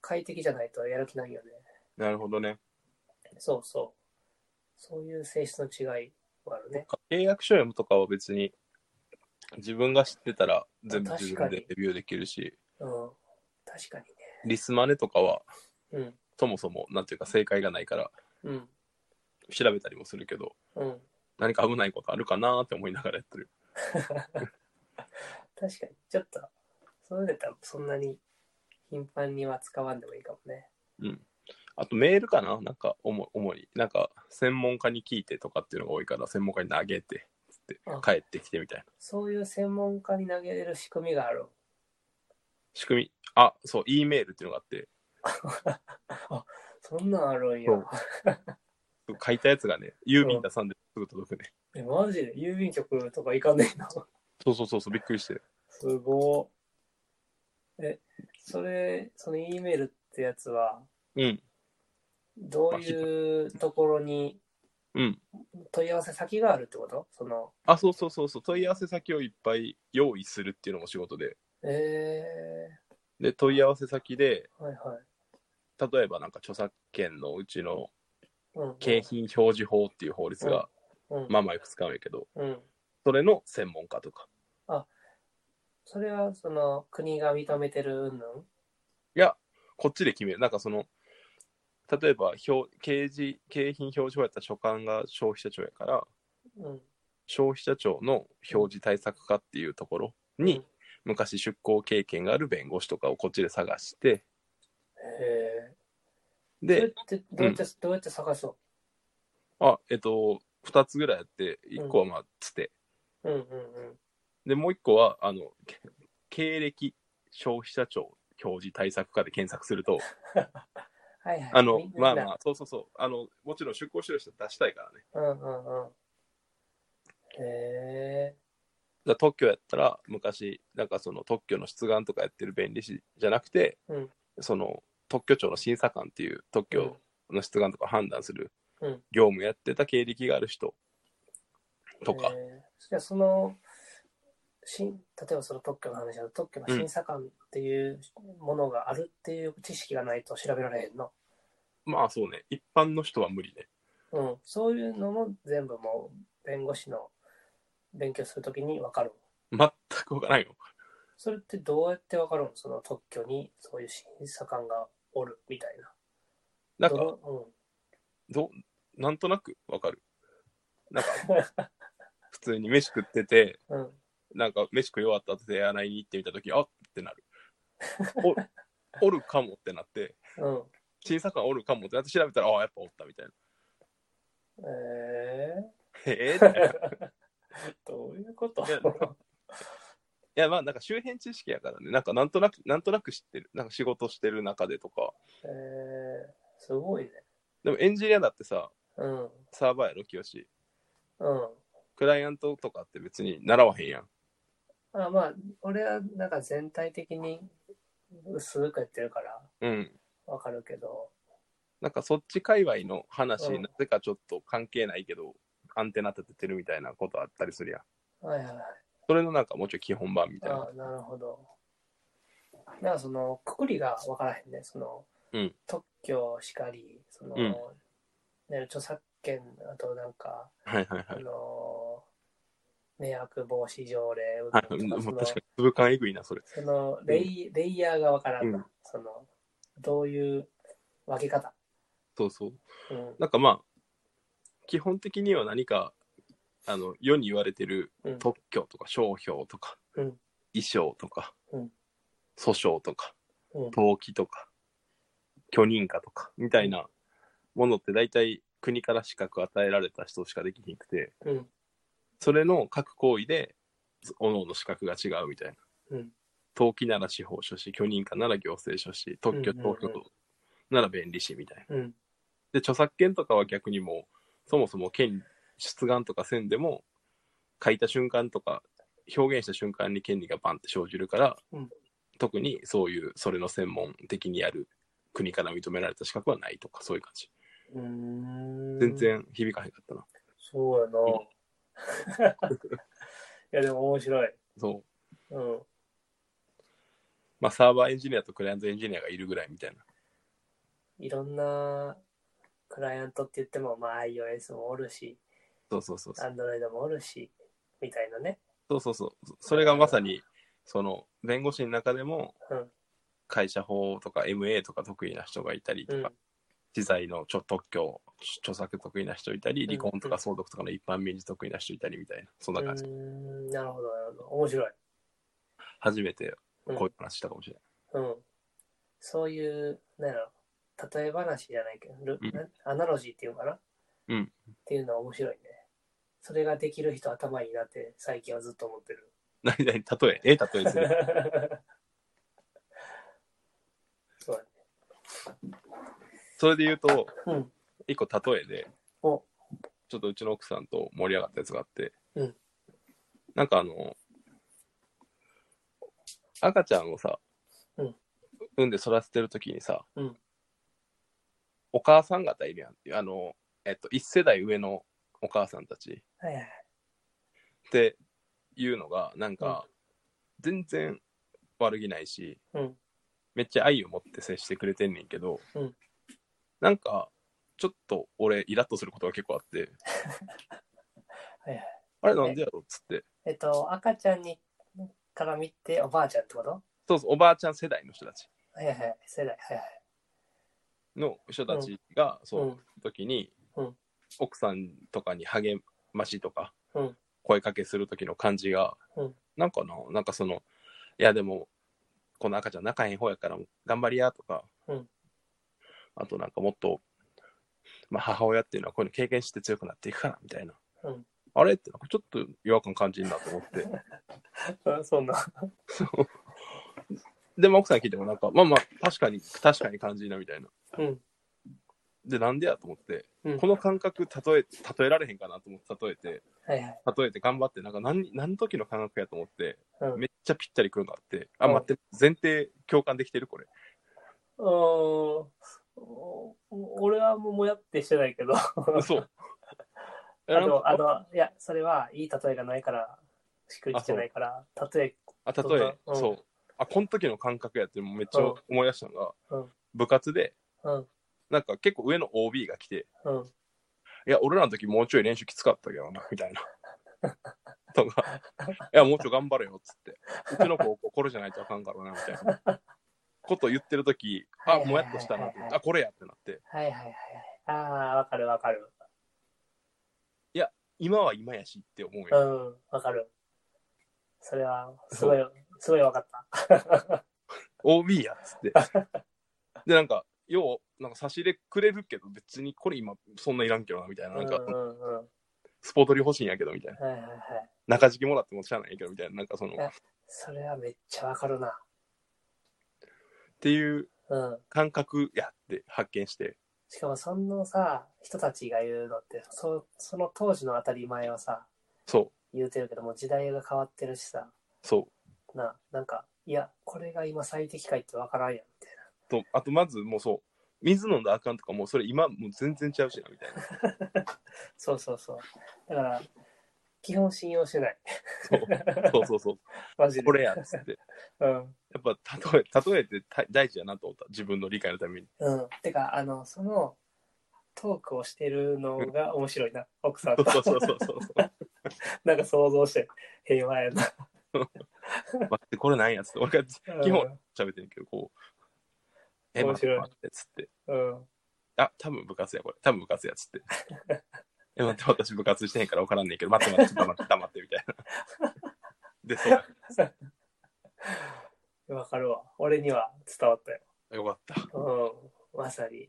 S1: 快適じゃないとやる気ないよね。
S2: なるほどね。
S1: そうそう。そういう性質の違いはあるね。
S2: 契約書読むとかは別に、自分が知ってたら全部自分
S1: 確か
S2: で
S1: に
S2: レビューできるし、
S1: うん。確かに
S2: リスマネとかは、
S1: ね。
S2: そもそも、なんていうか正解がないから、
S1: うん。うん。
S2: 調べたりもするけど、
S1: うん。
S2: 何か危ないことあるかなーって思いながらやってる。
S1: 確かに。ちょっと、そうだったらそんなに頻繁には使わんでもいいかもね。
S2: うん。あとメールかななんか主、主に。なんか、専門家に聞いてとかっていうのが多いから、専門家に投げて、つって
S1: あ、
S2: 帰ってきてみたいな。
S1: そういう専門家に投げる仕組みがある。
S2: 仕組み。あ、そう、E メールっていうのがあって、
S1: あ、そんなんあるんや。
S2: 書いたやつがね、郵便出さんですぐ届くね。
S1: え、マジで郵便局とか行かねえの
S2: そうそうそうそう、びっくりして。
S1: すごい。え、それ、その E メールってやつは、
S2: うん。
S1: どういうところに
S2: うん。
S1: 問い合わせ先があるってことその、
S2: あ、そうそうそうそう、問い合わせ先をいっぱい用意するっていうのも仕事で。
S1: え
S2: で、問い合わせ先で、
S1: ー、はいはい。
S2: 例えばなんか著作権のうちの
S1: うん。
S2: 景品表示法っていう法律が、
S1: うん。
S2: まあまあいくつかあるんやけど、
S1: うん。
S2: それの専門家とか。
S1: それは、その、国が認めてるうんぬん
S2: いや、こっちで決める。なんかその、例えば表、掲示、景品表示法やったら所管が消費者庁やから、
S1: うん。
S2: 消費者庁の表示対策課っていうところに、昔出向経験がある弁護士とかをこっちで探して、
S1: へえ。それ
S2: で、
S1: って、どうやって、どうやって探そう
S2: あ、えっと、2つぐらいやって、1個はまあ、つて、
S1: うん うんうん。
S2: で、もう1個は、あの、け経歴消費者庁表示対策課で検索す ると、
S1: はいはい。
S2: あの
S1: みん、
S2: ま
S1: な
S2: あまあ、そうそうそう、あの、もちろん出向してる人出したいからね。
S1: うんうんうん。へえ。
S2: だから特許やったら昔なんかその特許の出願とかやってる弁理士じゃなくて、
S1: うん
S2: その特許庁の審査官っていう特
S1: うん
S2: 許の出願とか判断する
S1: うん
S2: 業務やってた経歴がある人とか
S1: へじゃあその新例えばその特許の話だと特許の審査官っていうものがあるっていう知識がないと調べられへんの、
S2: まあそうね。一般の人は無理ね。
S1: うん、そういうのも全部もう弁護士の勉強するときに分かる
S2: 全くわからんよ。
S1: それってどうやって分かるのその特許にそういう審査官がおるみたい
S2: な
S1: なん
S2: か、
S1: どの
S2: どう、なんとなくわかる。なんか、 普通に飯食ってて、
S1: うんうん
S2: なんか飯食い終わった後手洗いに行ってみたとき、あってなる。おおるかもってなって、
S1: うん
S2: 審査官おるかもってなって調べたら、ああ、やっぱおったみたいな。
S1: え
S2: へえみたいな。い
S1: ー、どういうこと
S2: いやなんかや、まあなんか周辺知識やからね。なんかなんとなく、なんとなく知ってる。なんか仕事してる中でとか。
S1: えー、すごいね
S2: でもエンジニアだってさ、
S1: うん
S2: サーバーやろ、清し。
S1: うん
S2: クライアントとかって別に習わへんやん。
S1: あまあ俺はなんか全体的に薄くやってるから
S2: うん。
S1: 分かるけど
S2: なんかそっち界隈の話、
S1: うん
S2: なぜかちょっと関係ないけど、アンテナ立ててるみたいなことあったりするやん。
S1: はいはいはい
S2: それのなんかもうちょい基本版みたいな
S1: あ。なるほど。なんかそのくくりが分からへんね。その、
S2: うん
S1: 特許しかり、その、
S2: うん
S1: ね、著作権、あとなんか、
S2: はいはい
S1: あ
S2: はい。
S1: の迷惑防止条例
S2: は
S1: と
S2: い、もう
S1: そ
S2: 確
S1: の
S2: かに、粒感えぐいな、それ。
S1: そのレイ、レイヤーが分からんな、
S2: うん
S1: その、どういう分け方。
S2: そうそう。
S1: うん。
S2: なんかまあ、基本的には何か、あの、世に言われてる
S1: うん、
S2: 特許とか商標とか、
S1: うん
S2: 衣装とか、
S1: うん
S2: 訴訟とか、
S1: うん
S2: 登記とか、許認可とか、みたいなものって大体国から資格与えられた人しかできなくて、
S1: うん。
S2: それの各行為で、おのおの資格が違うみたいな。
S1: うん
S2: 登記なら司法書士、許認可なら行政書士、特許、
S1: うんうんうん
S2: 東許なら弁理士みたいな。
S1: うん。
S2: で、著作権とかは逆にもう、そもそも権利、出願とかせんでも、書いた瞬間とか、表現した瞬間に権利がバンって生じるから、
S1: うん
S2: 特にそういう、それの専門的にやる国から認められた資格はないとか、そういう感じ。
S1: うーん
S2: 全。然響かへんかったな。
S1: そうやな。いや、でも面白い。
S2: そう。
S1: うん。
S2: まあ、サーバーエンジニアとクライアントエンジニアがいるぐらいみたいな。
S1: いろんなクライアントって言っても、まあ、iOS もおるし、
S2: そうそうそうそう。
S1: Android もおるし、みたいなね。
S2: そうそうそう。そそれがまさに、その、弁護士の中でも
S1: うん、
S2: 会社法とか MA とか得意な人がいたり
S1: う
S2: と
S1: ん
S2: か、。知財のちょ特許、著作得意な人いたり、
S1: ん
S2: 離婚とか相続とかの一般民事得意な人いたりみたいな、そんな感じ。
S1: うーんなるほど、なるほど。面白い。
S2: 初めて
S1: うん。
S2: こういう話したかもしれない。
S1: うん、そういう、なんやろ、例え話じゃないけど、ル
S2: うん
S1: なアナロジーっていうのかな
S2: うん
S1: っていうのは面白いね。それができる人頭いいなって最近はずっと思って る。
S2: 何々、例え、ええ例えですね。
S1: そうだね。
S2: それで言うと、
S1: うん。
S2: 一個例えで、
S1: お、
S2: ちょっとうちの奥さんと盛り上がったやつがあって、
S1: うん
S2: なんかあの、赤ちゃんをさ、
S1: うん
S2: 産んで育ててるときにさ、
S1: うん
S2: お母さん方いるやん。あの、えっと、一世代上のお母さんたち
S1: はいはい。
S2: っていうのが、なんか、全然悪気ないし、
S1: うん。
S2: めっちゃ愛を持って接してくれてんねんけど、
S1: うん
S2: なんか、ちょっと俺、イラッとすることが結構あって、
S1: はいはい。
S2: あれなんでやろっつって、
S1: えっと、赤ちゃんにから見て、おばあちゃんってこと
S2: そうそう、おばあちゃん世代の人たち
S1: はいはいはい、世代、はいはい。
S2: の人たちが、そう、
S1: うん
S2: 時に、
S1: うん
S2: 奥さんとかに励ましとか、
S1: うん
S2: 声かけする時の感じが、
S1: うん
S2: なんかな、なんかその、いやでも、この赤ちゃん仲へん方やから、頑張りやとか、
S1: うん
S2: あとなんかもっと、まあ、母親っていうのはこういうの経験して強くなっていくから、みたいな。
S1: うん
S2: あれって、なんかちょっと違和感感じるなと思って。
S1: あそんな。
S2: で、まあ、奥さんに聞いてもなんか、まあまあ、確かに、確かに感じるな、みたいな。
S1: うん。
S2: で、なんでやと思って、
S1: うん
S2: この感覚例え、例えられへんかなと思って、例えて、
S1: はいはい。
S2: 例えて頑張って、なんか何、何時の感覚やと思って、
S1: うん
S2: めっちゃぴったりくるのあって、あ、
S1: うん
S2: 待って、前提共感できてるこれ。
S1: うーん お俺はもうもやってしてないけど。
S2: そう。
S1: あと、あの、いや、それはいい例えがないから、しっくりきてないから、例え、
S2: あ例え、
S1: うん
S2: そうあこの時の感覚やってめっちゃ思い出したのが、
S1: うん
S2: 部活で
S1: うん、
S2: なんか結構上の OB が来て
S1: うん、
S2: いや俺らの時もうちょい練習きつかったけどなみたいなとかいやもうちょい頑張れよっつってうちの子これじゃないとあかんからなみたいなことを言ってる時あもやっとしたなと思ってあこれやってなって
S1: はいはいはいはい。ああ、わかるわかる。
S2: 今は今やしって思う
S1: う
S2: よ、
S1: ん、わかる。それは、すごい、すごいわかった。
S2: OB やっつ ってでなんかようなんか差し入れくれるけど別にこれ今そんないらんけどなみたいななんか
S1: うんうんうん。は
S2: スポートリ欲しいんやけどみたいない
S1: はいはい。
S2: 中敷きもらってもしゃあないけどみたいな、なんかその、っ
S1: それはめっちゃわかるな。
S2: ていう
S1: うん。
S2: 感覚やって発見して、
S1: しかも、そのさ、人たちが言うのって、そその当時の当たり前をさ、
S2: そ
S1: 言うてるけども、時代が変わってるしさ、
S2: う、そう。
S1: な、なんか、いや、これが今最適解ってわからんやん、みたいな。
S2: と、あとまずもうそう、水飲んだらあかんとかもうそれ今もう全然ちゃうしな、みたいな。
S1: そうそうそう。だから、基本信用してない。
S2: そうそうそう
S1: マ
S2: そ
S1: ジ
S2: う、
S1: で。
S2: これやっつって。
S1: うん。
S2: やっぱ例え、例えて大大事やなと思った。自分の理解のために。
S1: うん。てか、あの、その、トークをしてるのが面白いな、奥さん
S2: そ
S1: と
S2: う。そうそうそうそう。
S1: なんか想像して、平和やな。
S2: 待って、これなんやっつって。俺が基本
S1: うん
S2: 喋ってるけど、こう。
S1: 面白い
S2: 待って、待ってつって。
S1: うん。
S2: あ、多分部活や、これ。多分部活や、つって。え、待って、私部活してへんから分からんねんけど、待って待って、ちょっと黙って、黙って、みたいな。 で、そう。
S1: わかるわ。俺には伝わったよ。
S2: よかった。
S1: うん。まさに。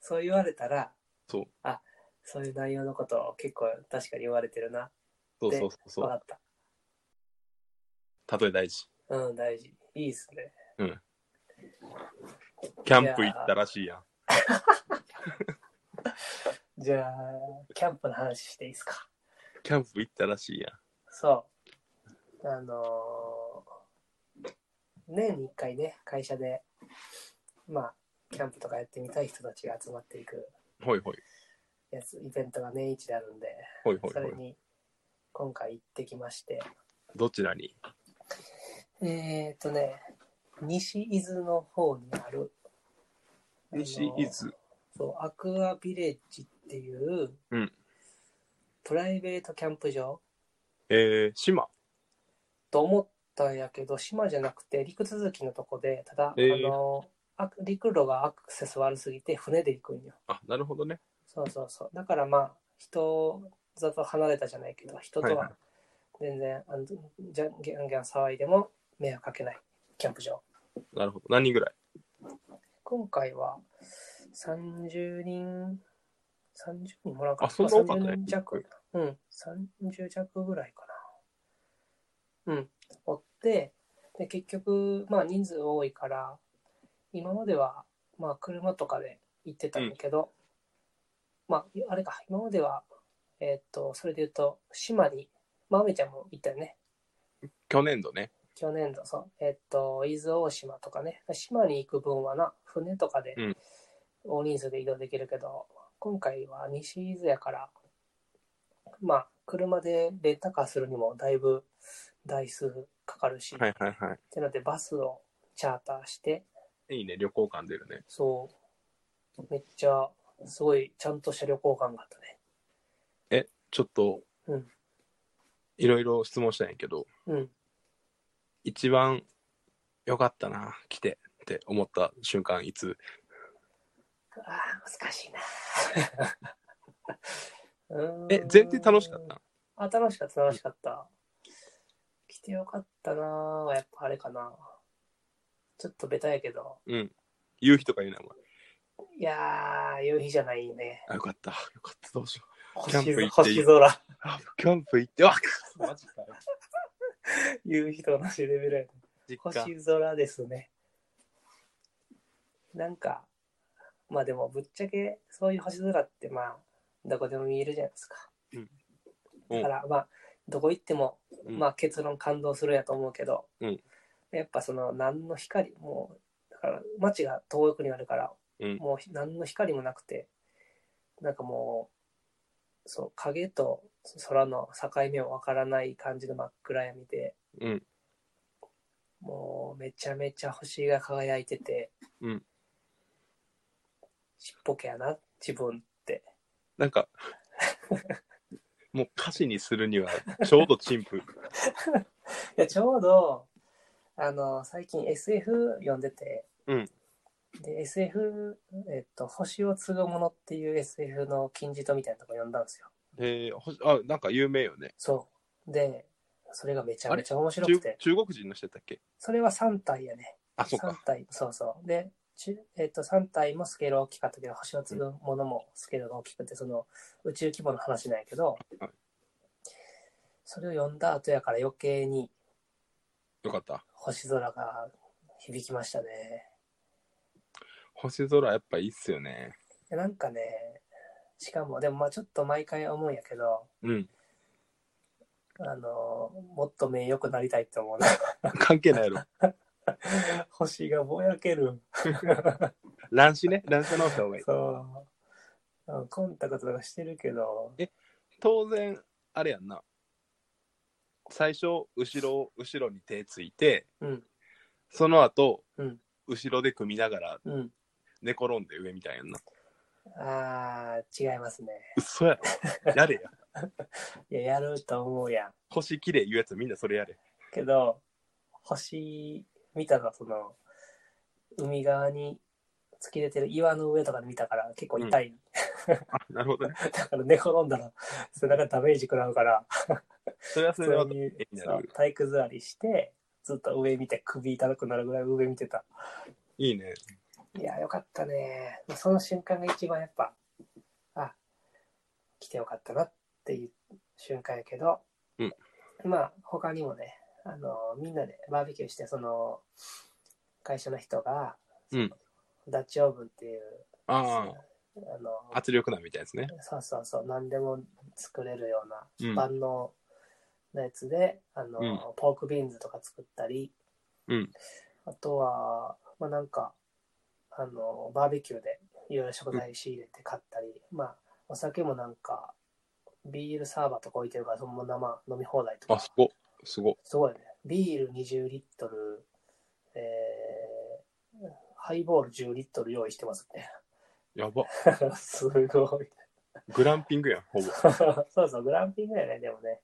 S1: そう言われたら、
S2: そう。
S1: あ、そういう内容のことを結構確かに言われてるな。
S2: そうそうそうそ
S1: わ
S2: う。
S1: かった。
S2: 例え大事。
S1: うん、大事。いいっすね。
S2: キャンプ行ったらしいやん。
S1: じゃあ、キャンプの話していいですか。
S2: キャンプ行ったらしいやん。
S1: そう。あのー年に1回ね、会社で、まあ、キャンプとかやってみたい人たちが集まっていく
S2: ほいほい。
S1: やつ、イベントが年一であるんで、
S2: ほいほい
S1: そ
S2: ほ
S1: れ
S2: い。
S1: に今回行ってきまして、
S2: どちらに
S1: えっ、ー、とね、西伊豆の方にある、あ
S2: 西
S1: の
S2: 伊豆。
S1: そう、アクアビレッジっていう、
S2: うん
S1: プライベートキャンプ場
S2: えー、島。
S1: と思ったんやけど、島じゃなくて陸続きのとこで、ただ、
S2: えー
S1: あの、あ陸路がアクセス悪すぎて船で行くんよ。
S2: あ、なるほどね。
S1: そうそうそう。だからまあ、人里離れたじゃないけど、人と
S2: はい
S1: は全然、あのじゃんギャンギャン騒いでも迷惑かけないキャンプ場。
S2: なるほど。何人ぐらい
S1: 今回は30人、30人もらうか
S2: あそんな多かったね
S1: 30人弱。うん、30弱ぐらいかな。うん、おって、で、結局、まあ人数多いから、今までは、まあ車とかで行ってたんだけど、まあ、あれか、今までは、えーっと、それで言うと、島に、まあ、めちゃんも行ったよね。
S2: 去年度ね。
S1: 去年度、そう、えっと、伊豆大島とかね、島に行く分はな、船とかで
S2: うん、
S1: 大人数で移動できるけど、今回は西伊豆やから、まあ、車でレンタカーするにもだいぶ台数かかるし、
S2: はいはいは
S1: ってので、バスをチャーターして、
S2: い。いいね。旅行感出るね。
S1: そう、めっちゃ、すごい、ちゃんとした旅行感があったね。
S2: ちょっと、
S1: うん
S2: いろいろ質問したんやけど、
S1: うん。
S2: 一番良かったな、来てって思った瞬間、いつ
S1: ああ、難しいな。 うーん
S2: え、前提楽しかった
S1: あ、楽しかった、楽しかった。来てよかったなぁはやっぱあれかなちょっとベタやけど。
S2: うん。夕日とか言うな、お前。
S1: いやー、夕日じゃないね。
S2: あ、よかった。よかった。どうしよ
S1: 星
S2: キャンプ行っていい
S1: 星空。
S2: う。あ、キャンプ行って、わっマジかよ。
S1: 夕日と同じレベルやね。
S2: 実家。
S1: 星空ですね。なんか、まあでもぶっちゃけそういう星空ってまあ、どこでも見えるじゃないですか。
S2: うんうん
S1: だからまあ、どこ行っても、
S2: うん
S1: まあ結論感動するやと思うけど、
S2: うん
S1: やっぱその何の光もう、だから街が遠くにあるから、
S2: うん
S1: もう何の光もなくて、なんかもそう、影と空の境目もわからない感じの真っ暗闇で、
S2: うん
S1: もうめちゃめちゃ星が輝いてて、
S2: うん
S1: ちっぽけやな、自分って。
S2: なんか、もう歌詞にするにはちょうどチンプ。
S1: いや、ちょうど、あの、最近 SF 読んでて、
S2: うん
S1: で、SF、えっと、星を継ぐものっていう SF の金字塔みたいなとこ読んだんですよ。
S2: えーほしあ、なんか有名よね。
S1: そう。で、それがめちゃめちゃ面白
S2: 中
S1: くて、
S2: 中国人の人だったっけ
S1: それは3体やね。
S2: あ、そう
S1: 3
S2: か。
S1: 体、そうそう。で、ちえっと3体もスケール大きかったけど、星を継ぐものもスケールが大きくて、その宇宙規模の話なんやけど
S2: はい、
S1: それを読んだ後やから余計に
S2: よかった。
S1: 星空が響きましたね。
S2: 星空やっぱいいっすよね。
S1: でなんかね、しかも、でもまあちょっと毎回思うんやけど、
S2: うん。
S1: あの、もっと目良くなりたいって思うな。
S2: 関係ないやろ。
S1: 星がぼやける。
S2: 乱視ね。乱視直した方がいい。
S1: そううん。コンタクトとかしてるけど、
S2: 当然、あれやんな。最初、後ろ、後ろに手ついて、
S1: うん、
S2: その後、
S1: うん
S2: 後ろで組みながら
S1: うん。
S2: 寝転んで上みたいやんな。
S1: ああ、違いますね。
S2: 嘘やろ。 やれや。
S1: いや、やると思うやん。
S2: 星綺麗言うやつみんなそれやれ。
S1: けど、星見たら、その、海側に突き出てる岩の上とかで見たから結構痛い。
S2: あ、なるほどね。
S1: だから寝転んだら、背中ダメージ食らうから、
S2: それはそ
S1: 普
S2: れでま
S1: 通
S2: た
S1: に
S2: に
S1: そ
S2: な
S1: う
S2: る
S1: 体育座りして、ずっと上見て、首痛くなるぐらい上見てた。
S2: いいね。
S1: いや、よかったね。その瞬間が一番やっぱ、あ、来てよかったなっていう瞬間やけど、
S2: うん
S1: まあ、他にもね、あの、みんなでバーベキューして、その、会社の人が、
S2: うん
S1: ダッチオーブンっていう、
S2: あ
S1: あの
S2: あ、圧力鍋みたいですね。
S1: そうそうそう、何でも作れるよ
S2: う
S1: うんな万能なやつで、あの、
S2: うん
S1: ポークビーンズとか作ったり、
S2: うん
S1: あとは、まあなんか、あの、バーベキューでいろいろ食材仕入れて買ったり、まあ、お酒もなんか、ビールサーバーとか置いてるから、そのまま生飲み放題と
S2: あ、
S1: か
S2: す、ご。すご。
S1: すごいね。ビール20リットル、えー、ハイボール10リットル用意してますね。
S2: やば。
S1: すごい。
S2: グランピングやん、ほぼ。
S1: そうそう、グランピングやね、でもね。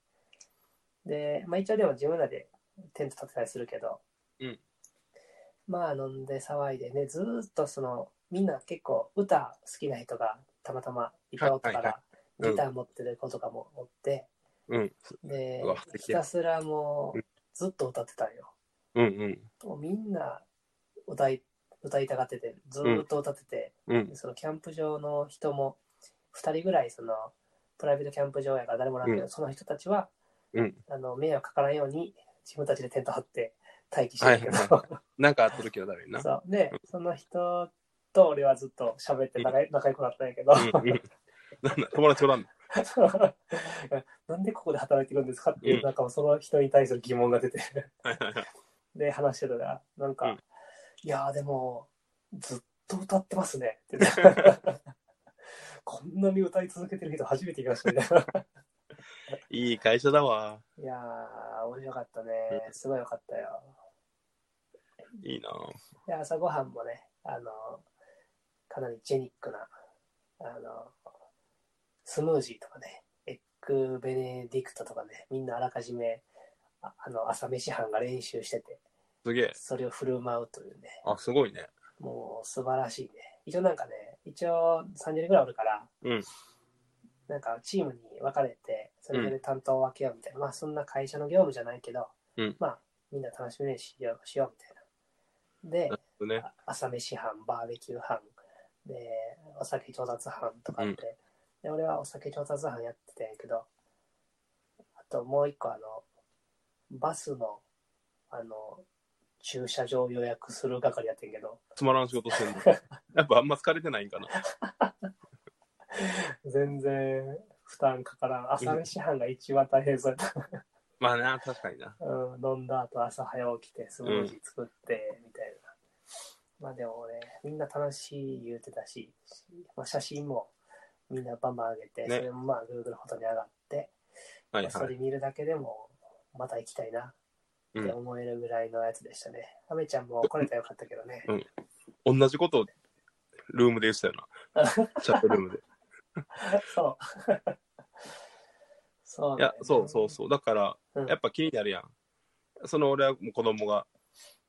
S1: で、まあ一応でも自分らでテント立てたりするけど、
S2: うん
S1: まあ飲んで騒いでね、ずーっとその、みんな結構歌好きな人がたまたまいたおったか
S2: はいは
S1: ら、
S2: いうん
S1: ギター持ってる子とかもおって、
S2: うん。
S1: で
S2: うわ素、敵
S1: ひたすらもうずっと歌ってたんよ。
S2: うんうん。
S1: もうみんな歌い、歌いたがってて、ずーっと歌ってて、
S2: うん。
S1: そのキャンプ場の人も2人ぐらいそのプライベートキャンプ場やから誰もおらんけど、
S2: う
S1: その人たちは
S2: うん。
S1: あの迷惑かからんように自分たちでテント張って待機してるけど、
S2: はい なんかあった時はダメやな。
S1: そうでその人と俺はずっと喋って仲,、仲良くなったんやけど、
S2: うんうん。なんだ、友達おらんの。
S1: なんでここで働いてるんですかっていう、なんかその人に対する疑問が出て
S2: はいはいはい
S1: で話してたらなんか、
S2: うん
S1: いやーでもずっと歌ってますねって言って こんなに歌い続けてる人初めていましたね
S2: いい会社だわ。
S1: いやー面白かったねすごいよかったよ
S2: いいな
S1: で朝ごはんもねあのかなりジェニックなあのスムージーとかねエッグベネディクトとかねみんなあらかじめああの朝飯班が練習してて
S2: すげえ。
S1: それを振る舞うというね
S2: あ、すごいね。
S1: もう素晴らしいね。一応なんかね、一応30人ぐらいおるから、
S2: うん
S1: なんかチームに分かれて、それぞれ担当を分けようみたいな、まあそんな会社の業務じゃないけど、
S2: うん
S1: まあみんな楽しみにしようしようみたいな。で、
S2: ね。
S1: あ朝飯班、バーベキュー班、で、お酒調達班とかって、
S2: うん
S1: で、俺はお酒調達班やってたんやけど、あともう一個あの、バスの、あの、駐車場予約する係やってんけど、
S2: つまらん仕事してんの。 やっぱあんま疲れてないんかな。
S1: 全然負担かからん朝飯飯が一番大変そうやっ
S2: まあな、確かにな。
S1: た、うん、飲んだ後朝早起きてスムージー作ってみたいな、まあでもねみんな楽しい言うてたし、まあ、写真もみんなバンバン上げて、
S2: ね
S1: それもまあ Google フォトに上がって、
S2: はい
S1: そ
S2: はい。
S1: れ見るだけでも、また行きたいなって思えるぐらいのやつでしたね。アメちゃんも来れたらよかったけどね。
S2: 同じことをルームで言ってたよ な。チャットルームで。
S1: そう。 そう、
S2: いや、そうそうそう。だから、
S1: うん
S2: やっぱ気になるやん。その俺はもう子供が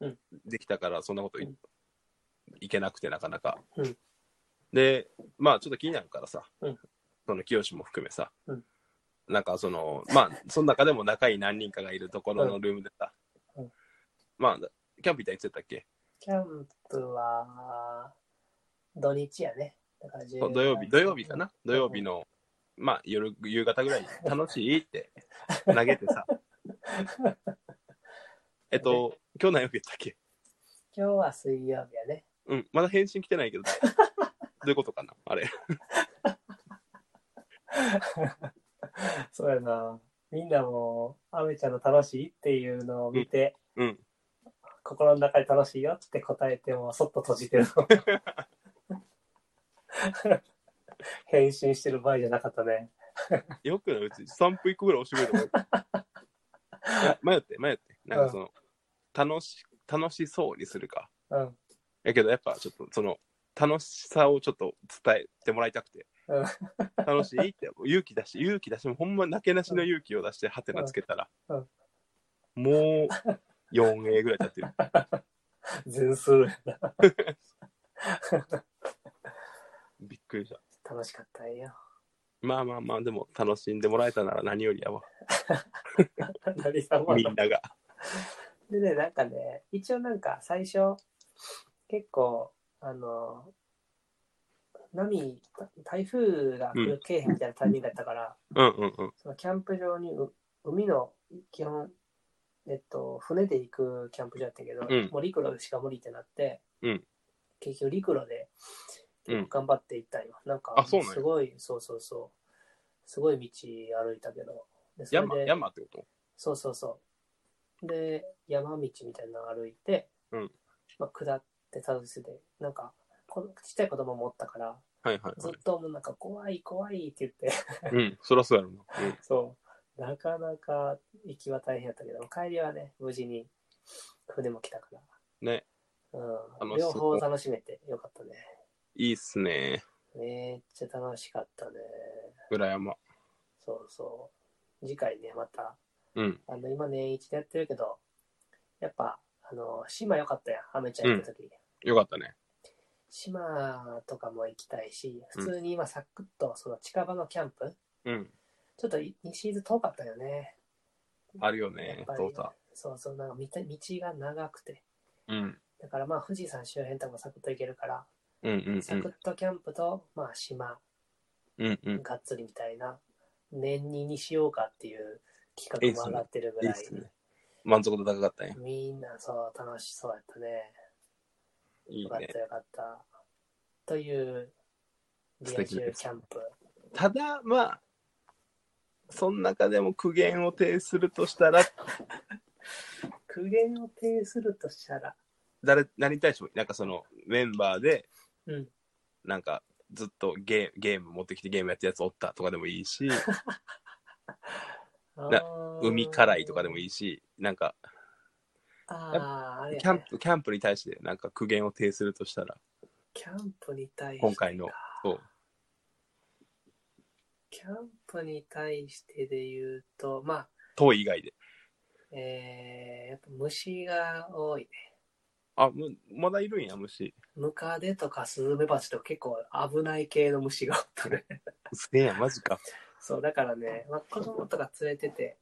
S1: うん
S2: できたから、そんなことい,、
S1: うん
S2: けなくて、なかなか、
S1: うん
S2: で、まあちょっと気になるからさ、
S1: うん
S2: その清も含めさ、
S1: うん
S2: なんかその、まあ、その中でも仲いい何人かがいるところのルームでさ、
S1: うんうん
S2: まあ、キャンプ行ったらいつやったっけ
S1: キャンプは、土日やね。だから
S2: そう
S1: 10
S2: 土曜日、土曜日かな土曜日の、まあ、夜、夕方ぐらいに楽しいって投げてさ。えっと、今日何曜日やったっけ
S1: 今日は水曜日やね。
S2: うん、まだ返信来てないけど、どういうことかなあれ。
S1: そうやな。みんなも、アメちゃんの楽しいっていうのを見て、
S2: うん。
S1: 心の中で楽しいよって答えても、そっと閉じてるの。 返信してる場合じゃなかったね。
S2: よくない、うち散歩行くぐらいおしめとか。迷って、迷って。なんかその、楽し、楽しそうにするか。
S1: うん。
S2: やけど、やっぱちょっと、その、楽しさをちょっと伝えてもらいたくて
S1: うん。
S2: 楽しいって、勇気出して、勇気出して、ほんまなけなしの勇気を出して、ハテナつけたら、
S1: うん
S2: もう 4A ぐらい経ってる。
S1: 全数やな。
S2: びっくりした。
S1: 楽しかったんよ。
S2: まあまあまあ、でも楽しんでもらえたなら何よりやわ。
S1: 何様
S2: み
S1: の
S2: んなが。
S1: でね、なんかね、一応なんか最初、結構、あの、波、た台風が来る経費みたいなタイミングだったから、
S2: うんうんうん。
S1: そのキャンプ場にう海の基本、えっと、船で行くキャンプ場だったけど、
S2: うん
S1: もう陸路しか無理ってなって、
S2: うん
S1: 結局陸路で
S2: うん
S1: 頑張って行ったんよ。なんか、
S2: あそうなんや
S1: すごい、そうそうそう、すごい道歩いたけど、でそれで
S2: 山、山ってこと
S1: そうそうそう。で、山道みたいなの歩いて、
S2: うん
S1: まあ、下ってたどり着いて、なんか、こちっちゃい子供もおったから、
S2: はいはい
S1: ず
S2: は
S1: っ
S2: い。
S1: ともうなんか怖い怖いって言って、
S2: うん、そらそうやろな。うん
S1: そう、なかなか行きは大変やったけど、帰りはね、無事に船も来たから、
S2: ね、
S1: うん、
S2: 楽しそ
S1: 両
S2: う
S1: 方楽しめてよかったね。
S2: いいっすね。
S1: めっちゃ楽しかったね。
S2: 裏山。
S1: そうそう。次回ね、また
S2: うん。
S1: あの、今年一でやってるけど、やっぱ、あの、島良かったやん、アメちゃん行った時、
S2: よかったね。
S1: 島とかも行きたいし、普通に今サクッと、その近場のキャンプ、
S2: うん。
S1: ちょっとい西伊豆遠かったよね。
S2: あるよ
S1: やっ
S2: ね
S1: ぱ、り
S2: トータ。
S1: そうそう、なんか道道が長くて。
S2: うん。
S1: だからまあ富士山周辺とかもサクッと行けるから、
S2: うんうん
S1: サクッとキャンプと、まあ島、
S2: うん。うんうん。
S1: がっつりみたいな、年ににしようかっていう企画も上がってるぐ
S2: いい
S1: ら
S2: っ
S1: い、
S2: すね。満足度高かったね。
S1: みんなそう楽しそうやったね。
S2: いい
S1: よかっ
S2: ね。
S1: たよかった。という、リ
S2: 素
S1: ア
S2: 敵
S1: 充
S2: です
S1: キャンプ。
S2: ただ、まあ、その中でも苦言を呈するとしたら、
S1: 苦言を呈するとしたら、
S2: 誰、何に対しても、なんかそのメンバーで、
S1: うん、
S2: なんかずっとゲーゲーム持ってきてゲームやってるやつおったとかでもいいし、な海辛いとかでも
S1: い。
S2: いいし、なんか
S1: あーあれやね、
S2: キャンプ、キャンプに対してなんか苦言を呈するとしたら、
S1: キャンプに対してか
S2: 今回の。そう。
S1: キャンプに対してで言うと、ま
S2: 遠い以外で。
S1: あ、えー、やっぱ虫が多いね。
S2: あ、むまだいるんや、虫。
S1: ムカデとかスズメバチとか結構危ない系の虫がおったね。
S2: うせえやん、マジか。
S1: そう、だからね、まあ、子供とか連れてて、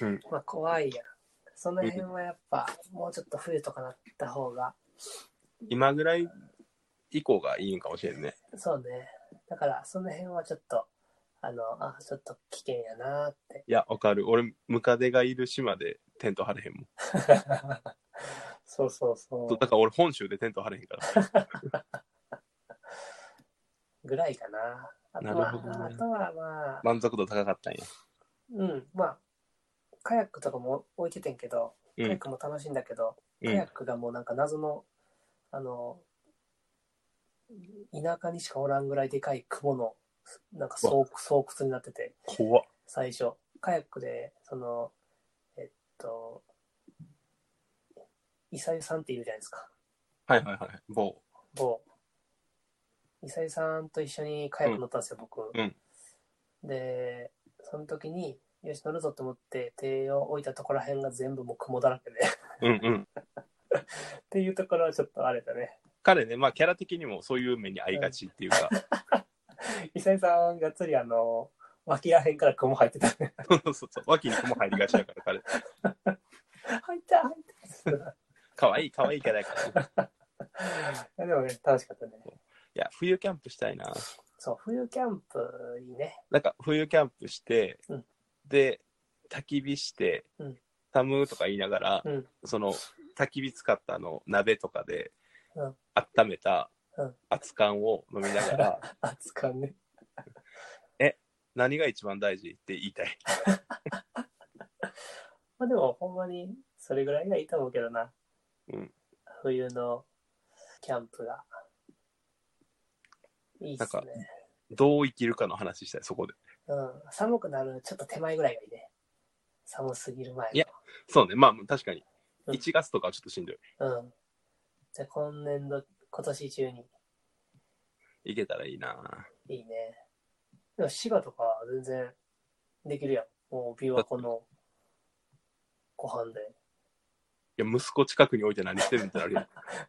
S2: うん
S1: まあ怖いやん。その辺はやっぱ、もうちょっと冬とかなった方が、
S2: 今ぐらい以降がいいんかもしれんね。
S1: そうね。だから、その辺はちょっと、あの、あ、ちょっと危険やなって。
S2: いや、わかる。俺、ムカデがいる島でテント張れへんもん。
S1: そうそうそ
S2: そうだから俺、本州でテント張れへんから。
S1: う。ぐらいかな。あと
S2: なるほど
S1: は、
S2: ね
S1: あとはまあ、
S2: 満足度高かったんや。
S1: うん、まあ、カヤックとかも置いててんけど、カヤ
S2: う
S1: ッ
S2: ん。
S1: クも楽しいんだけど、カ
S2: う
S1: ヤッ
S2: ん、
S1: クがもうなんか謎の、あの、田舎にしかおらんぐらいでかい雲のなんか巣窟巣窟になってて、
S2: 怖っ。
S1: 最初、カヤックで、その、えっと、イサユさんっているじゃないですか。
S2: はいはいはい。某。
S1: 某。イサユさんと一緒にカヤック乗ったんですよ、僕。
S2: うん
S1: で、その時に、よし、乗るぞと思って、手を置いたところら辺が全部もう雲だらけで。
S2: うんうん。
S1: っていうところはちょっとあれだね。
S2: 彼ね、まあキャラ的にもそういう目に合いがちっていうか、
S1: イサユさんがっつりあの、脇ら辺から雲入ってた ね。
S2: そうそうそう、脇に雲入りがちだから彼。
S1: 入った入った
S2: 可愛い可愛いキャラやから。い
S1: いやでもね、楽しかったね。
S2: や、冬キャンプしたいな。
S1: そう、冬キャンプいいね。
S2: なんか冬キャンプして、
S1: うん
S2: で、焚き火して、
S1: うん
S2: 寒とか言いながら、
S1: うん
S2: その焚き火使ったあの鍋とかで、
S1: うん
S2: 温めた
S1: うん
S2: 熱燗を飲みながら、
S1: 熱燗ね。
S2: 何が一番大事って言いたい。
S1: まあでも、ほんまにそれぐらいがいいと思うけどな。
S2: うん
S1: 冬のキャンプが。いいっすね。
S2: どう生きるかの話したい、そこで。
S1: うん、寒くなるちょっと手前ぐらいがいいね。寒すぎる前の
S2: いやそうね、まあ確かに。
S1: うん
S2: 1月とかはちょっとしんどい。
S1: うん。じゃあ今年度、今年中に。
S2: いけたらいいない
S1: いね。でも滋賀とか全然できるやん。もう琵琶湖のご飯で。
S2: いや、息子近くに置いて何してるんってなるや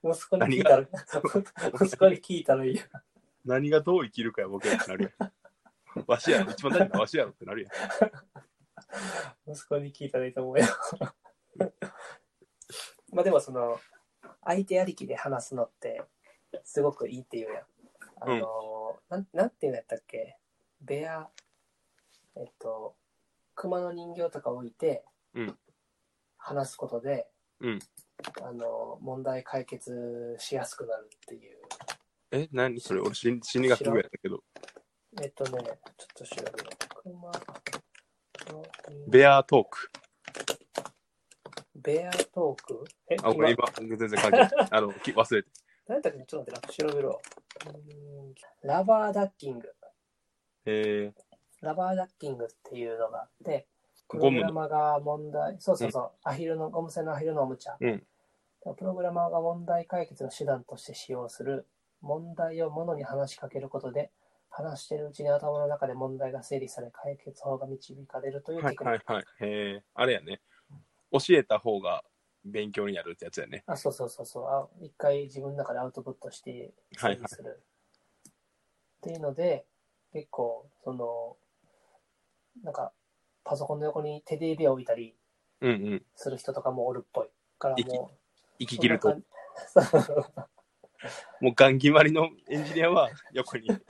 S2: ん。
S1: 息子に聞いたら、息子に聞いたらいいよ。
S2: 何がどう生きるかや、僕らってなるやん。わしやろ、一番大事なのわしやろってなるやん。
S1: 息子に聞いたらいいと思うよ。 まあでもその、相手ありきで話すのって、すごくいいっていうやん。あのー、なん、なんていうんやったっけベア、えっと、熊の人形とか置いて
S2: うん、
S1: 話すことで、
S2: うん
S1: あのー、問題解決しやすくなるっていう。
S2: え、何それ俺心心理学部やったけど。
S1: えっとね、ちょっと調べよう。熊の人
S2: ベアトーク。
S1: ベアトークえ
S2: あ、これ今、全然関係 ない。あの、き忘れて。
S1: 何だっけちょっと待ってな、調べろ。うーんラバーダッキング。
S2: え
S1: ラバーダッキングっていうのがあって、プ
S2: ゴ
S1: ロ
S2: ム
S1: グラ
S2: の。
S1: マーが問題、そうそうそう、アヒルの、ゴム製のアヒルのおもちゃ。
S2: うん
S1: プログラマーが問題解決の手段として使用する、問題をものに話しかけることで、話しているうちに頭の中で問題が整理され、解決法が導かれるという
S2: は
S1: テ
S2: い
S1: クニック。
S2: はいはい。えー、あれやね。教えた方が勉強になるってやつやね。
S1: あ、そうそうそうそうあ。一回自分の中でアウトプットして
S2: はいはい
S1: 整理する。っていうので、結構、その、なんか、パソコンの横にテディベア置いたり
S2: うんうん。
S1: する人とかもおるっぽい。から
S2: 息
S1: もう、
S2: 息切ると。
S1: そんな感じ。 そう
S2: もうガン決まりのエンジニアは横 にぬ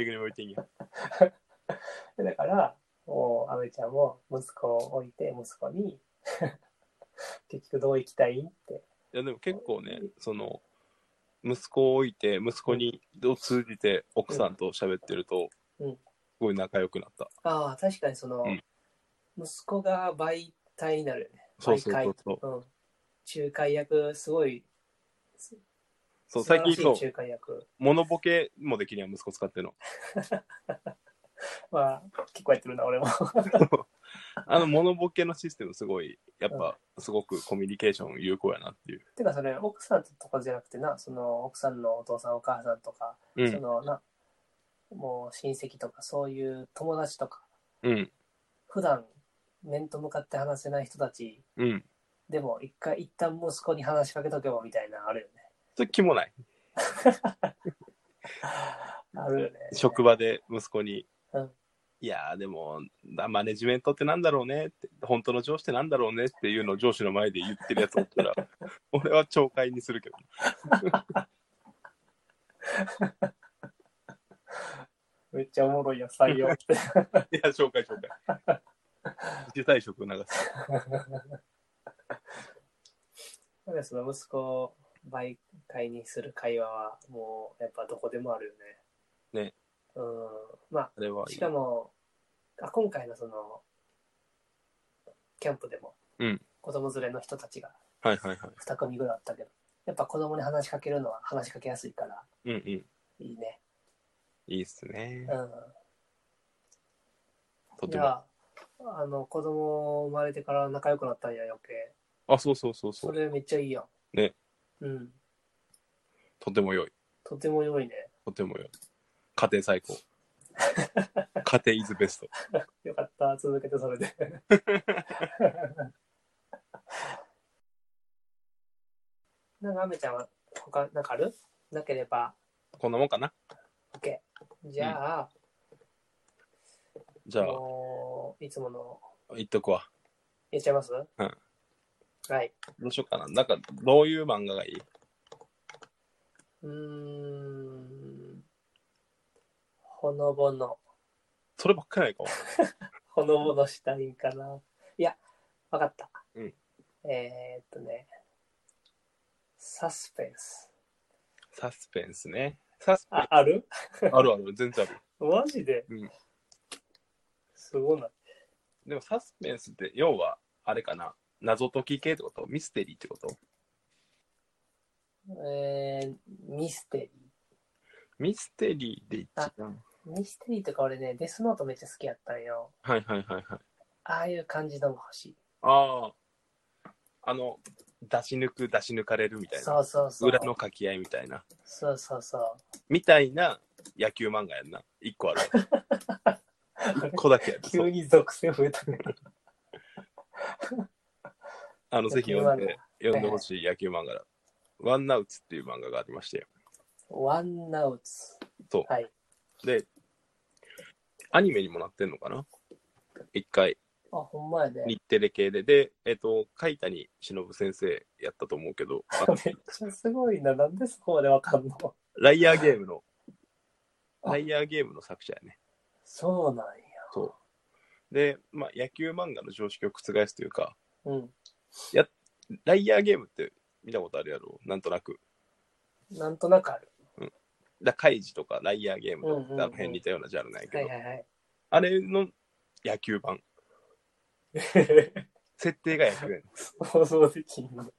S2: いぐるみ置いてんや。
S1: だから、もう、アメちゃんも息子を置いて、息子に、 結局どう行きたいんって。
S2: いやでも結構ね、その、息子を置いて、息子にを通じて奥さんと喋ってると、
S1: うん
S2: すごい仲良くなった。
S1: ああ、確かにその、
S2: うん
S1: 息子が媒体になるよね。
S2: そうそうそうそう。
S1: うん。仲介役、すごい
S2: そう最近そ
S1: 素晴
S2: う
S1: らしい仲介役。
S2: モノボケもできるやん、息子使ってんの。
S1: まあ、結構やってるな、俺も。
S2: あの、モノボケのシステムすごい、やっぱ、すごくコミュニケーション有効やなっていう。
S1: てか、それ、奥さんとかじゃなくてな、その、奥さんのお父さん、お母さんとか、
S2: う
S1: そ
S2: ん。
S1: の、な、もう、親戚とか、そういう友達とか、
S2: うん。
S1: 普段、面と向かって話せない人たち、
S2: うん。
S1: でも、一回、一旦息子に話しかけとけば、みたいな、あるよね。
S2: それ気もない。
S1: あるよね。
S2: 職場で息子に、
S1: うん
S2: いやーでも、マネジメントってなんだろうねって、本当の上司ってなんだろうねっていうのを上司の前で言ってるやつおっ たら、俺は懲戒にするけど。
S1: めっちゃおもろいやん、採用って。
S2: いや、紹介紹介。 自退職を流す。
S1: なんか その息子を媒介にする会話はもうやっぱどこでもあるよね。
S2: ね。
S1: うん。ま
S2: あれは
S1: あ、
S2: いい
S1: しかも、あ今回のその、キャンプでも、
S2: うん
S1: 子供連れの人たちが
S2: はいはいは
S1: 2組ぐらいあったけど、やっぱ子供に話しかけるのは話しかけやすいから、
S2: い。うんうん。
S1: いいね。
S2: いいっすね。
S1: う
S2: と
S1: ん。
S2: て
S1: じ
S2: も。
S1: ゃあ、あの、子供生まれてから仲良くなったんや、余計。
S2: あ、そうそうそうそ。
S1: そうれめっちゃいいやん。
S2: ね。
S1: うん。
S2: とても良い。
S1: とても良いね。
S2: とても良い。家庭 最高。家庭イズベスト。
S1: よかった、続けてそれ で。なんか、アメちゃんは、他、なんかあるなければ、
S2: こんなもんかな。
S1: OK。じゃあ、
S2: じゃあ、
S1: もう、いつもの、
S2: 言っとくわ。
S1: 言っちゃいます
S2: ん
S1: はい。
S2: どうしようかな。なんか、どういう漫画がいい
S1: ー
S2: う
S1: ん。ほのぼの。
S2: そればっかりないかも。
S1: ほのぼのしたいんかな。いや、わかった。
S2: うん
S1: えーっとね、サスペンス。
S2: サスペンスね。サスペン
S1: あ、ある
S2: ス。あるある、全然ある。
S1: マジで、
S2: うん
S1: すごいな。
S2: でもサスペンスって、要は、あれかな。謎解き系ってことミステリーってこと
S1: えー、ミステ
S2: ミステリーで一番。
S1: リー。ミステリーとか俺ね、デスノートめっちゃ好きやったんよ。
S2: はいはいはいはい。
S1: ああいう感じのも欲しい。
S2: ああ。あの、出し抜く、出し抜かれるみたいな。
S1: そうそうそう。
S2: 裏の掛け合いみたいな。
S1: そうそうそう。
S2: みたいな野球漫画やんな。一個ある。一個だけやる。そう
S1: 急に属性増えたね。
S2: あの、ぜひ読んで、読んでほしい野球漫画だ。ワンナウツっていう漫画がありまして。
S1: ワンナウツ。
S2: そう
S1: はい。
S2: で、アニメにもなってんのかな一回、
S1: あ、ほんまやね。めっ
S2: 日テレ系で。で、えっ、と、貝谷忍先生やったと思うけど、 あ
S1: ちゃすごいな。なんでそこまでわかんの
S2: ライアーゲームの、
S1: あ
S2: ライアーゲームの作者やね。
S1: そうなんや。
S2: で、まあ、野球漫画の常識を覆すというか、
S1: うん。
S2: ライアーゲームって見たことあるやろなんとなく。
S1: なんとなくある。
S2: だカイジとかライアーゲーム
S1: うんうんう
S2: と
S1: ん
S2: か、あの辺似たようなジャンルなんやけ
S1: はい
S2: ど
S1: は、いはい。
S2: あれの野球版。設定が野球やね
S1: 想像できんの。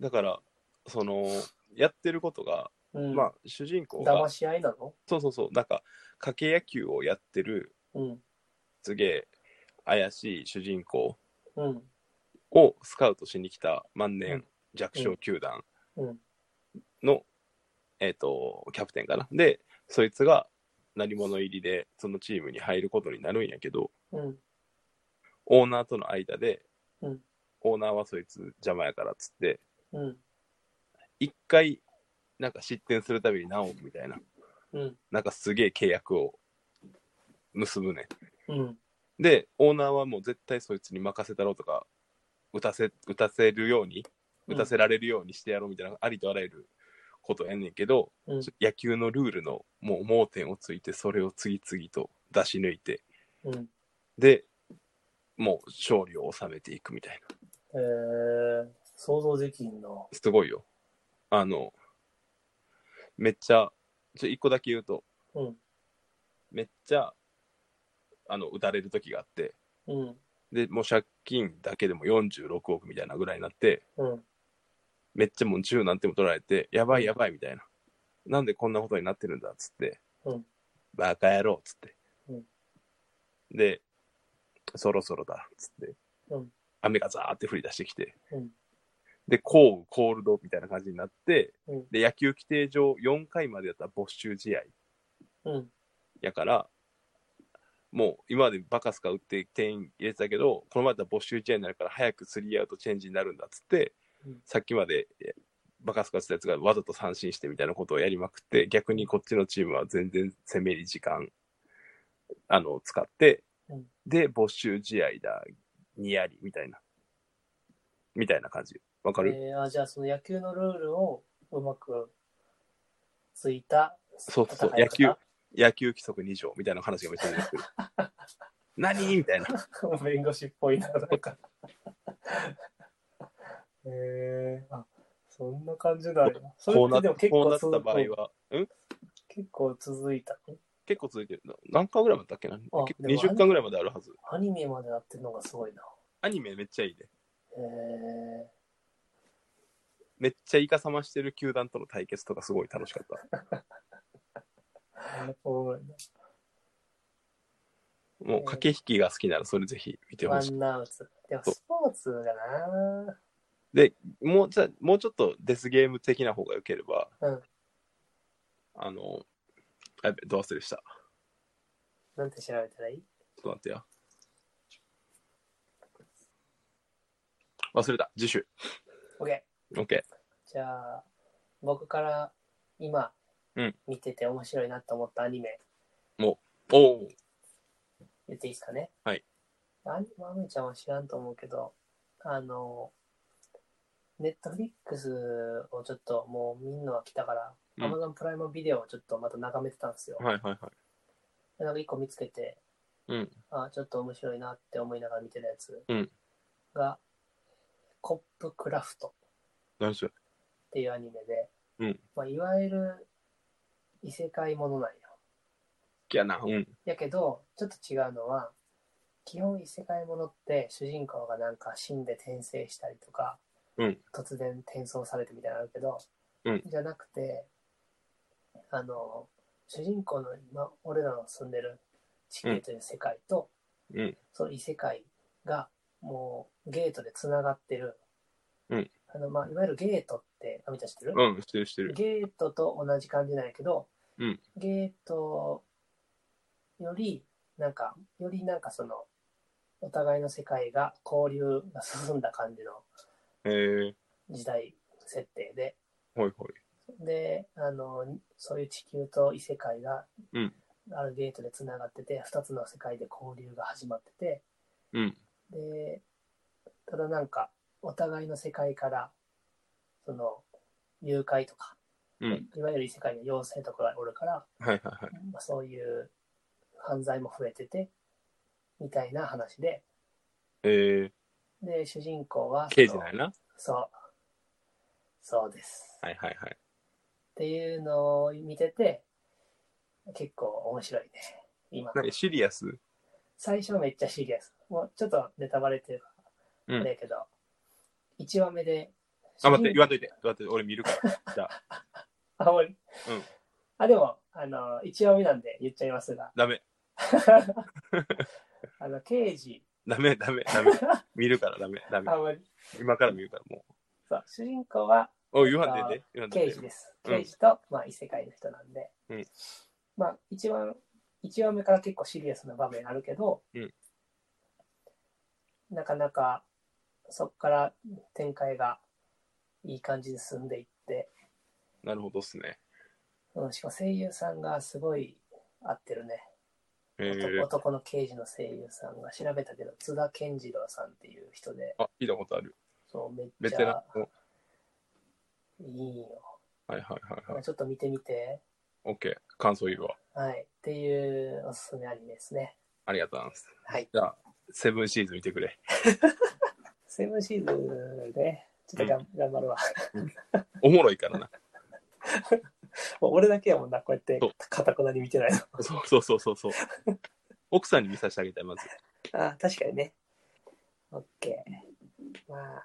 S2: だから、その、やってることが、
S1: うん。
S2: まあ、主人公が
S1: 騙、し合いなの
S2: そうそうそう、なんか、賭け野球をやってる、
S1: うん。
S2: すげえ怪しい主人公
S1: うん。
S2: をスカウトしに来た万
S1: うん
S2: 年弱小球団
S1: うん。
S2: の、えっ、と、キャプテンかな。で、そいつが何者入りで、そのチームに入ることになるんやけど、
S1: うん。
S2: オーナーとの間で、
S1: うん
S2: オーナーはそいつ邪魔やからっつって、
S1: うん。
S2: 一回、なんか失点するたびに何億みたいな。
S1: うん。
S2: なんかすげえ契約を結ぶね
S1: うん。
S2: ん。で、オーナーはもう絶対そいつに任せたろうとか、打たせ、打たせるように、
S1: うん
S2: 打たせられるようにしてやろうみたいな、ありとあらゆることやんねんけど、
S1: うん
S2: 野球のルールのもう盲点をついて、それを次々と出し抜いて、
S1: うん。
S2: で、もう勝利を収めていくみたい
S1: え
S2: な。
S1: ー、想像できんの。
S2: すごいよ。あの、めっちゃ、ちょ、一個だけ言うと、
S1: うん。
S2: めっちゃ、あの、打たれる時があって、
S1: うん。
S2: で、もう借金だけでも46億みたいなぐらいになって、
S1: うん。
S2: めっちゃもう10何点も取られて、やばいやばいみたいな。なんでこんなことになってるんだっつって、
S1: うん
S2: バカ野郎っつって。
S1: うん
S2: で、そろそろだっつって、
S1: うん
S2: 雨がザーって降り出してきて、
S1: うん
S2: で、コーコールドみたいな感じになって、
S1: うん
S2: で、野球規定上4回までやったら没収試合
S1: うん。
S2: やから、もう今までバカスカ打って点入れてたけど、このままだったら没収試合になるから早くスリーアウトチェンジになるんだっつって、
S1: うん
S2: さっきまでえバカスカ打ってたやつがわざと三振してみたいなことをやりまくって、逆にこっちのチームは全然攻める時間、あの、使って、
S1: うん
S2: で、没収試合だ、にやり、みたいな。みたいな感じ。わかる、
S1: えー、あじゃあ、その野球のルールをうまくついた。
S2: そうそうそう
S1: 戦い 方
S2: 野。野球規則2条みたいな話がめっちゃ出て くる。何みたいな。
S1: 弁護士っぽいな、なんか。えー、あそんな感じだよ。それ
S2: こう
S1: って
S2: な
S1: で
S2: っ
S1: も結
S2: こうな
S1: 構
S2: った
S1: 続
S2: 場合
S1: く
S2: は、うん
S1: 結構続いたね。
S2: 結構続いてる。な何巻ぐらいまでだっけな
S1: も
S2: ?20 巻ぐらいまであるはず。
S1: アニメまでやってるのがすごいな。
S2: アニメめっちゃいいね。
S1: え
S2: めっちゃイカサマしてる球団との対決とかすごい楽しかった。
S1: おもろいな
S2: もう駆け引きが好きならそれぜひ見てほ
S1: ワ
S2: しい。
S1: ンアウト。でもスポーツがな
S2: もうじゃもうちょっとデスゲーム的な方が良ければ、
S1: うん
S2: あの、あやべ、ど忘れした。
S1: なんて調べたらいい
S2: ちょっと待ってや。忘れた。自主。
S1: ?OK。
S2: OK。
S1: じゃあ、僕から今
S2: うん、
S1: 見てて面白いなと思ったアニメ、
S2: おお。
S1: 言っていいですかね。
S2: はい。
S1: アニメ、アメちゃんは知らんと思うけど、あの、ネットフリックスをちょっともう見るのは来たから、
S2: うん
S1: アマゾンプライムビデオをちょっとまた眺めてたんですよ。
S2: はいはいはい。
S1: でなんか一個見つけて、
S2: うん
S1: あちょっと面白いなって思いながら見てたやつ
S2: うん
S1: が、コップクラフト。
S2: 何それ。
S1: っていうアニメで、
S2: うん
S1: まあ、いわゆる異世界ものなんよ。
S2: いやな。うん。
S1: やけど、ちょっと違うのは、基本異世界ものって主人公がなんか死んで転生したりとか、
S2: うん
S1: 突然転送されてみたいなのあるけど、
S2: うん
S1: じゃなくて、あの、主人公の今、俺らの住んでる地球という世界と、
S2: うん
S1: その異世界がもうゲートでつながってる、
S2: うん
S1: あの、まあ、いわゆるゲートって、あみちゃん知ってる
S2: うん、してるしてる。
S1: ゲートと同じ感じなんやけど、
S2: うん
S1: ゲートより、なんか、よりなんかその、お互いの世界が交流が進んだ感じの
S2: えー、
S1: 時代設定で、
S2: ほいほい。
S1: で、あの、そういう地球と異世界が、
S2: うん
S1: あるゲートでつながってて、二つの世界で交流が始まってて、
S2: うん。
S1: で、ただなんか、お互いの世界から、その、誘拐とか、
S2: うん。
S1: いわゆる異世界の妖精とかがおるから、
S2: はいはいはい。
S1: まあ、そういう犯罪も増えててみたいな話で
S2: え
S1: で主人公は
S2: ー、刑事なんやな。
S1: そうそうです、
S2: はいはいはい。
S1: っていうのを見てて結構面白いね今
S2: 何シリアス
S1: 最初めっちゃシリアスもうちょっとネタバレっていうか
S2: うん
S1: あれやけど、1話目で
S2: あ、待っ
S1: 主
S2: て、
S1: 人
S2: 言わんといて。言わんといて。俺見るから。じゃあ、
S1: あおい
S2: うん
S1: あでもあの1話目なんで言っちゃいますが
S2: ダメ。
S1: あの刑事
S2: ダメ、ダメ、ダメ。見るからダメ、ダメ
S1: あ。おい
S2: 今から見るからも
S1: そう主人公は
S2: う。おい、言わんといて。言わんとい
S1: 刑
S2: て
S1: 事。です。
S2: うん
S1: 刑事と、まあ、異世界の人なんで、
S2: うん
S1: まあ、一番、一話目から結構シリアスな場面あるけど、
S2: うん
S1: なかなか、そこから展開がいい感じで進んでいって、
S2: なるほどっすね。
S1: うん、しかも声優さんがすごい合ってるね。
S2: え
S1: 男
S2: ー、
S1: 男の刑事の声優さんが調べたけど、津田健次郎さんっていう人で、
S2: あ、聞いたことある。
S1: そうめ
S2: ベ
S1: っち
S2: テラ
S1: ゃ
S2: ンの。
S1: いいよ。
S2: はいはいはいはい。
S1: ちょっと見てみて。
S2: OK。感想言うわ。
S1: はい。っていうおすすめアニメですね。
S2: ありがとうございます。
S1: はい。
S2: じゃあ、セブンシーズン見てくれ。
S1: セブンシーズンで、ちょっとがん、頑張るわ。
S2: おもろいからな。
S1: もう俺だけやもんな、こうやって
S2: そう、
S1: かたくなに見てないの。
S2: そうそうそうそうそう。奥さんに見させてあげたい、まず。
S1: ああ、確かにね。オッケー。まあ、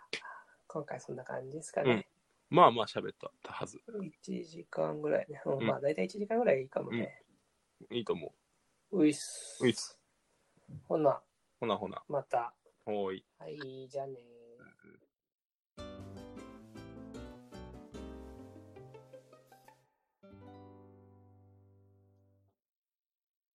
S1: 今回そんな感じですかね。
S2: まあまあ喋ったはず。
S1: 1時間ぐらいね。うん
S2: うん
S1: まあ、大体1時間ぐらいいいかもね。
S2: いいと思
S1: ういっす
S2: う。ういっす。
S1: ほな、
S2: ほなほな。
S1: また。
S2: ほーい。
S1: はい、じゃあねー。